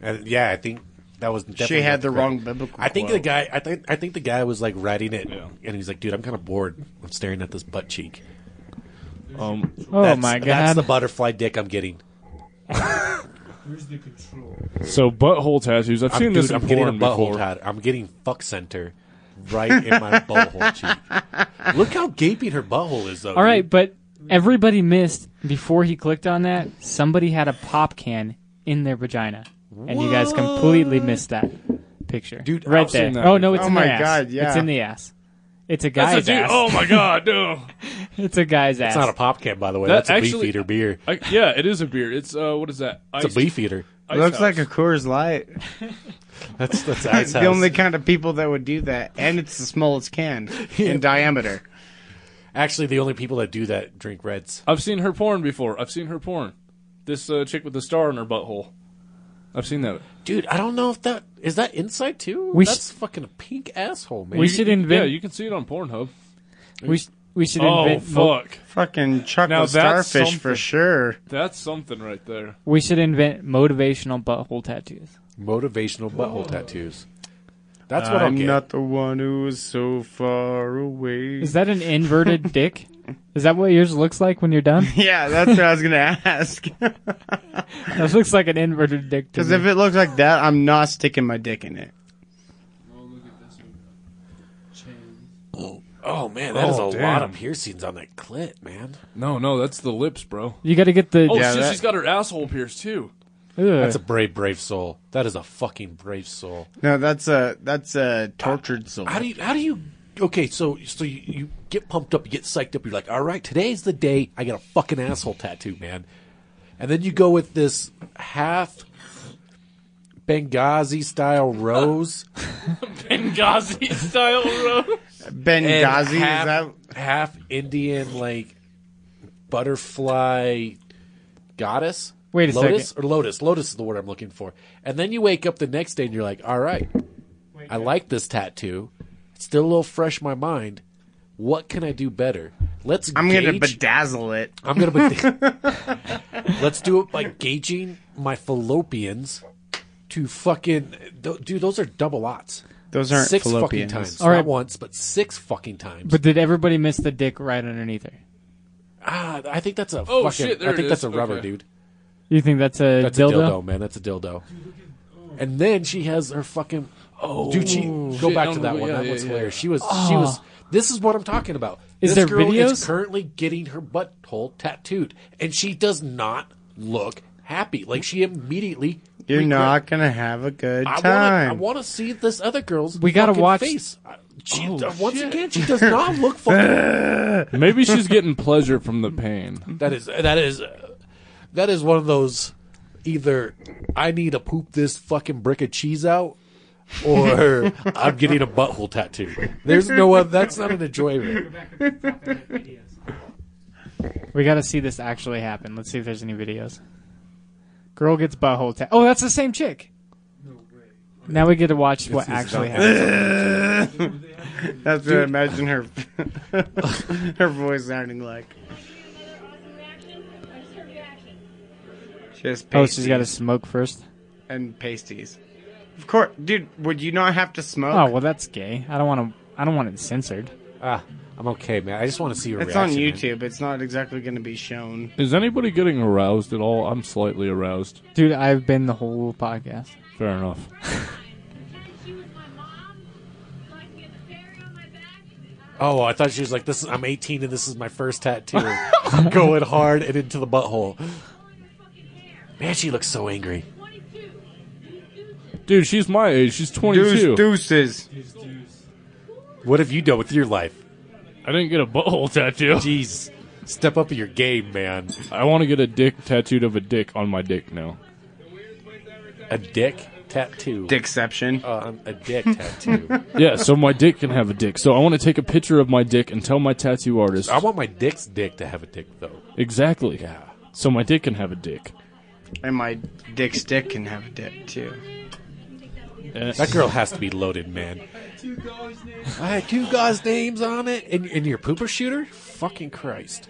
And yeah, I think that was. Definitely
she had
not
the
correct.
wrong biblical.
I think the
quote.
guy. I think I think the guy was like writing it,
Yeah.
and he's like, "Dude, I'm kind of bored. I'm staring at this butt cheek.
Um,
Oh
that's,
my god.
that's the butterfly dick I'm getting.
Where's the control?
so butthole tattoos. I've
I'm,
seen
dude,
this in
I'm getting a
porn
butthole
before.
tattoo. I'm getting fuck center right in my butthole cheek. Look how gaping her butthole is, though.
All right,
dude.
but everybody missed before he clicked on that. Somebody had a pop can in their vagina, and you guys completely missed that picture,
Dude,
Right
I've
there.
seen that
Oh no, it's
Oh
in
my
the ass.
God, yeah.
it's in the ass. It's a
That's a
guy's
dude-
ass.
Oh my god, no.
It's a guy's ass.
It's not a pop can, by the way.
That
That's a
actually-
beef eater beer.
I, yeah, it is a beer. It's uh, what is that?
It's a
Ice-
beef eater.
Ice
looks like a
House.
Coors Light.
That's that's ice
the
house.
only kind of people that would do that, and it's the smallest can in diameter.
Actually, the only people that do that drink reds.
I've seen her porn before. I've seen her porn. This uh, chick with the star in her butthole. I've seen that.
Dude, I don't know if that is that inside too.
We
That's fucking a pink asshole, man.
We should invent.
Yeah, you can see it on Pornhub.
we, sh- we should
Oh
invent. mo-
fuck,
Fucking
Now
chocolate
that's
starfish
something.
for sure.
that's something right there.
we should invent motivational butthole tattoos.
Motivational butthole tattoos. That's what I'm
I'm
get.
not the one who is so far away.
Is that an inverted dick? Is that what yours looks like when you're done?
yeah, that's what I was gonna ask.
That looks like an inverted dick to
Because
me.
if it looks like that, I'm not sticking my dick in it.
Oh, look at this one. Chain.
Oh man, that is
Oh,
a
damn.
lot of piercings on that clit, man.
No, no, that's the lips, bro.
you got to get the.
Oh
Yeah,
shit,
that-
she's got her asshole pierced too.
Ugh.
That's a brave, brave soul. That is a fucking brave soul.
No, that's a that's a tortured soul.
How do you? How do you? Okay, so so you, you get pumped up, you get psyched up. You're like, all right, today's the day. I got a fucking asshole tattoo, man. And then you go with this half Benghazi style rose.
Benghazi style, bro.
and
Benghazi is
half,
that?
half Indian like butterfly goddess.
Wait a
lotus or lotus. Lotus is the word I'm looking for. And then you wake up the next day and you're like, all right, I like this tattoo. It's still a little fresh in my mind. What can I do better? Let's.
I'm gonna
gauge-
bedazzle it.
I'm gonna. Be- Let's do it by gauging my fallopians to fucking th- dude. Those are double lots.
Those aren't
six fucking
fallopians.
times.
All
Not
right.
once, but six fucking times.
But did everybody miss the dick right underneath her?
Ah, I think that's a
Oh,
fucking.
shit, there
I
it
think that's
is.
a rubber,
Okay.
dude.
You think that's a
That's
dildo?
a dildo, man. That's a dildo. And then she has her fucking. Oh, dude, she go
Shit,
back
no,
to
no,
that
no,
one.
yeah,
that
yeah,
one's
yeah.
hilarious. She was. She was. This is what I'm talking about.
Ah. Is
this
there
girl
videos?
is currently getting her butthole tattooed, and she does not look happy. Like she immediately.
You're
regret-
not gonna have a good
I
time.
want. I want to see this other girl's.
We gotta
fucking
watch-
Face. I- She,
Oh,
once
shit.
again, she does not look fucking.
Maybe she's getting pleasure from the pain.
that is that is that is one of those either I need to poop this fucking brick of cheese out or I'm getting a butthole tattoo. There's no other, that's not an enjoyment.
We got to see this actually happen. Let's see if there's any videos. Girl gets butthole tat. Oh, that's the same chick. Now we get to watch what actually happens.
That's what I imagine her her voice sounding like. She has
Oh,
pasties
she's got to smoke first.
and pasties. Of course, dude. Would you not have to smoke?
Oh well, that's gay. I don't want to. I don't want it censored.
Ah, I'm okay, man. I just want to see your
it's on
reaction. man.
YouTube. It's not exactly going to be shown.
Is anybody getting aroused at all? I'm slightly aroused.
Dude, I've been the whole podcast.
Fair enough.
Oh, I thought she was like, "This is I'm 18 and this is my first tattoo." I'm going hard and into the butthole. Man, she looks so angry.
Dude, she's my age. She's 22.
Deuce, deuces.
What have you done with your life?
I didn't get a butthole tattoo.
Jeez, step up your game, man.
I want to get a dick tattooed of a dick on my dick now.
A dick tattoo.
Dickception.
Uh, a dick tattoo.
Yeah, so my dick can have a dick. So I want to take a picture of my dick and tell my tattoo artist.
I want my dick's dick to have a dick though.
Exactly.
Yeah.
So my dick can have a dick.
And my dick stick can have a dick too.
Eh,
That girl has to be loaded, man. I had two guys' names on it, and, and your pooper shooter? Fucking Christ!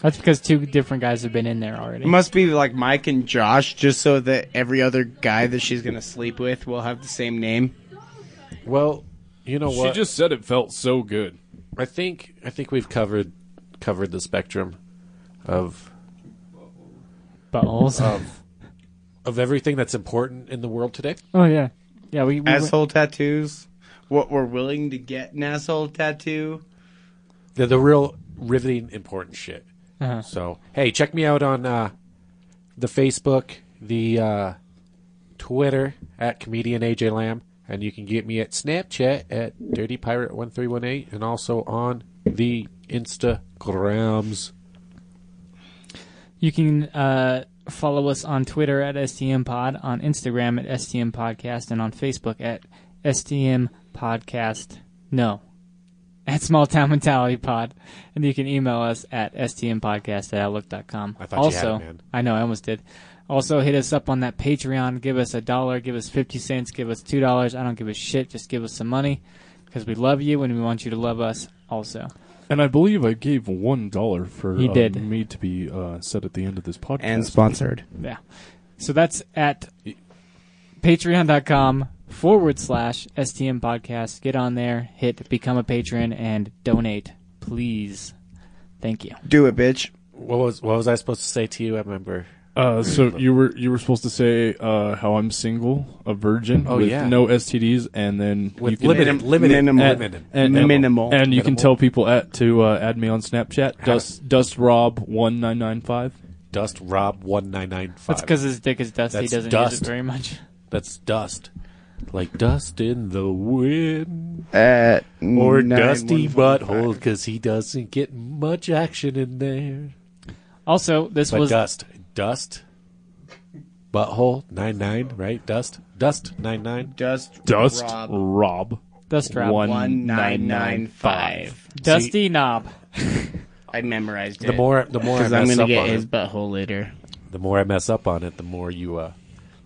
That's because two different guys have been in there already.
It must be like Mike and Josh, just so that every other guy that she's going to sleep with will have the same name.
Well, you know
she
what?
just said it felt so good.
I think I think we've covered covered the spectrum of Oh.
Buttholes.
of everything that's important in the world today.
oh yeah, yeah. We, we
Asshole tattoos. What we're willing to get an asshole tattoo.
The, the real riveting important shit.
Uh-huh.
So hey, check me out on uh, the Facebook, the uh, Twitter at comedian AJ Lamb, and you can get me at Snapchat at Dirty Pirate One Three One Eight, and also on the Instagrams.
You can uh, follow us on Twitter at STM Pod, on Instagram at STM Podcast, and on Facebook at STM Podcast. No, at Small Town Mentality Pod. And you can email us at stmpodcast at outlook.com.
I thought you
also,
had it, man.
I know, I almost did. Also, hit us up on that Patreon. Give us a dollar, give us 50 cents, give us $2. I don't give a shit. Just give us some money because we love you and we want you to love us also.
And I believe I gave one dollar for
He
uh,
did.
me to be uh, said at the end of this podcast.
sponsored.
Yeah. So that's at patreon.com forward slash STM podcast. Get on there, hit become a patron, and donate, please. Thank you.
Do it, bitch.
What was what was I supposed to say to you? I remember.
Uh, so you were you were supposed to say uh, how I'm single, a virgin
Oh,
with
yeah.
no STDs, and then you
With
can
limited,
Minim-
limited,
minimal.
and,
limited.
and-
Minimal.
and you can
Minimal.
tell people at to uh, add me on Snapchat, Dust Dust Rob one nine nine five.
Dust Rob one nine nine five.
That's because his dick is dusty. He
That's
doesn't use
dust.
it very much.
That's dust, like dust in the wind,
At
or dusty
911.
butthole because he doesn't get much action in there.
Also, this
But
was
dust, dust, butthole nine nine, right? Dust, dust nine nine.
Dust.
Dust
Rob.
Rob
Dust Rob.
One nine nine five.
Dusty Knob.
I memorized it.
The more, the more I
because I'm
mess
gonna
up
get
on
his
it,
butthole later.
the more I mess up on it, the more you, uh,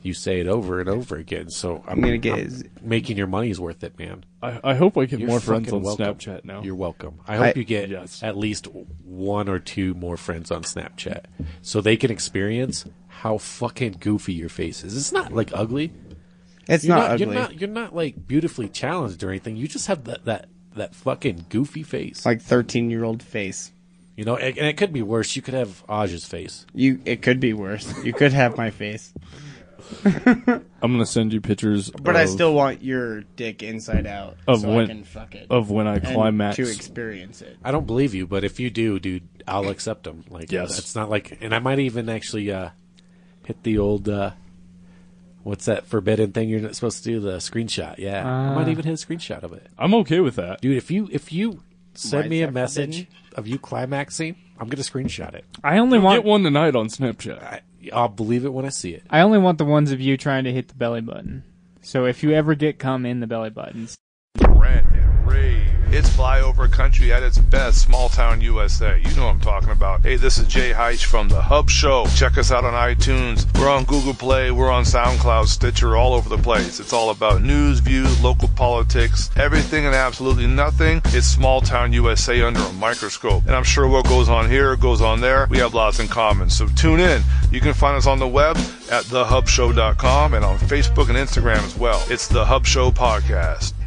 you say it over and over again. So I'm,
I'm gonna get
I'm
his.
making your money's worth it, man.
I, I hope I get
You're
more friends
fucking
on
welcome.
Snapchat now.
You're welcome. I hope
I-
you get
Yes.
at least one or two more friends on Snapchat so they can experience how fucking goofy your face is. It's not like ugly.
It's
You're
not, ugly.
You're not, you're not like beautifully challenged or anything. You just have that that that fucking goofy face.
like thirteen year old face.
you know, and, and it could be worse. You could have Aj's face.
You. It could be worse. You could have my face.
I'm gonna send you pictures.
But I
of-
still want your dick inside out
Of
so
when-
I can fuck it.
of when I
and
climax.
to experience it.
I don't believe you, but if you do, dude, I'll accept them. Like,
Yes.
it's not like, and I might even actually uh, hit the old, uh, what's that forbidden thing you're not supposed to do? The screenshot. Yeah, I
Uh.
might
Ah.
even hit a screenshot of it,
I'm okay with that,
dude. If you if you
Why
send me
is
a
that
message of you climaxing, I'm gonna screenshot it.
I only
You'll
want
get one tonight on Snapchat.
I'll believe it when I see it.
I only want the ones of you trying to hit the belly button. So if you ever get cum in the belly buttons,
Rent and rave. It's flyover country at its best, small town USA. You know what I'm talking about. Hey, this is Jay Heich from The Hub Show. Check us out on iTunes. We're on Google Play. We're on SoundCloud, Stitcher, all over the place. It's all about news, views, local politics, everything and absolutely nothing. It's small town USA under a microscope. And I'm sure what goes on here goes on there. We have lots in common. So tune in. You can find us on the web at thehubshow.com and on Facebook and Instagram as well. It's The Hub Show Podcast.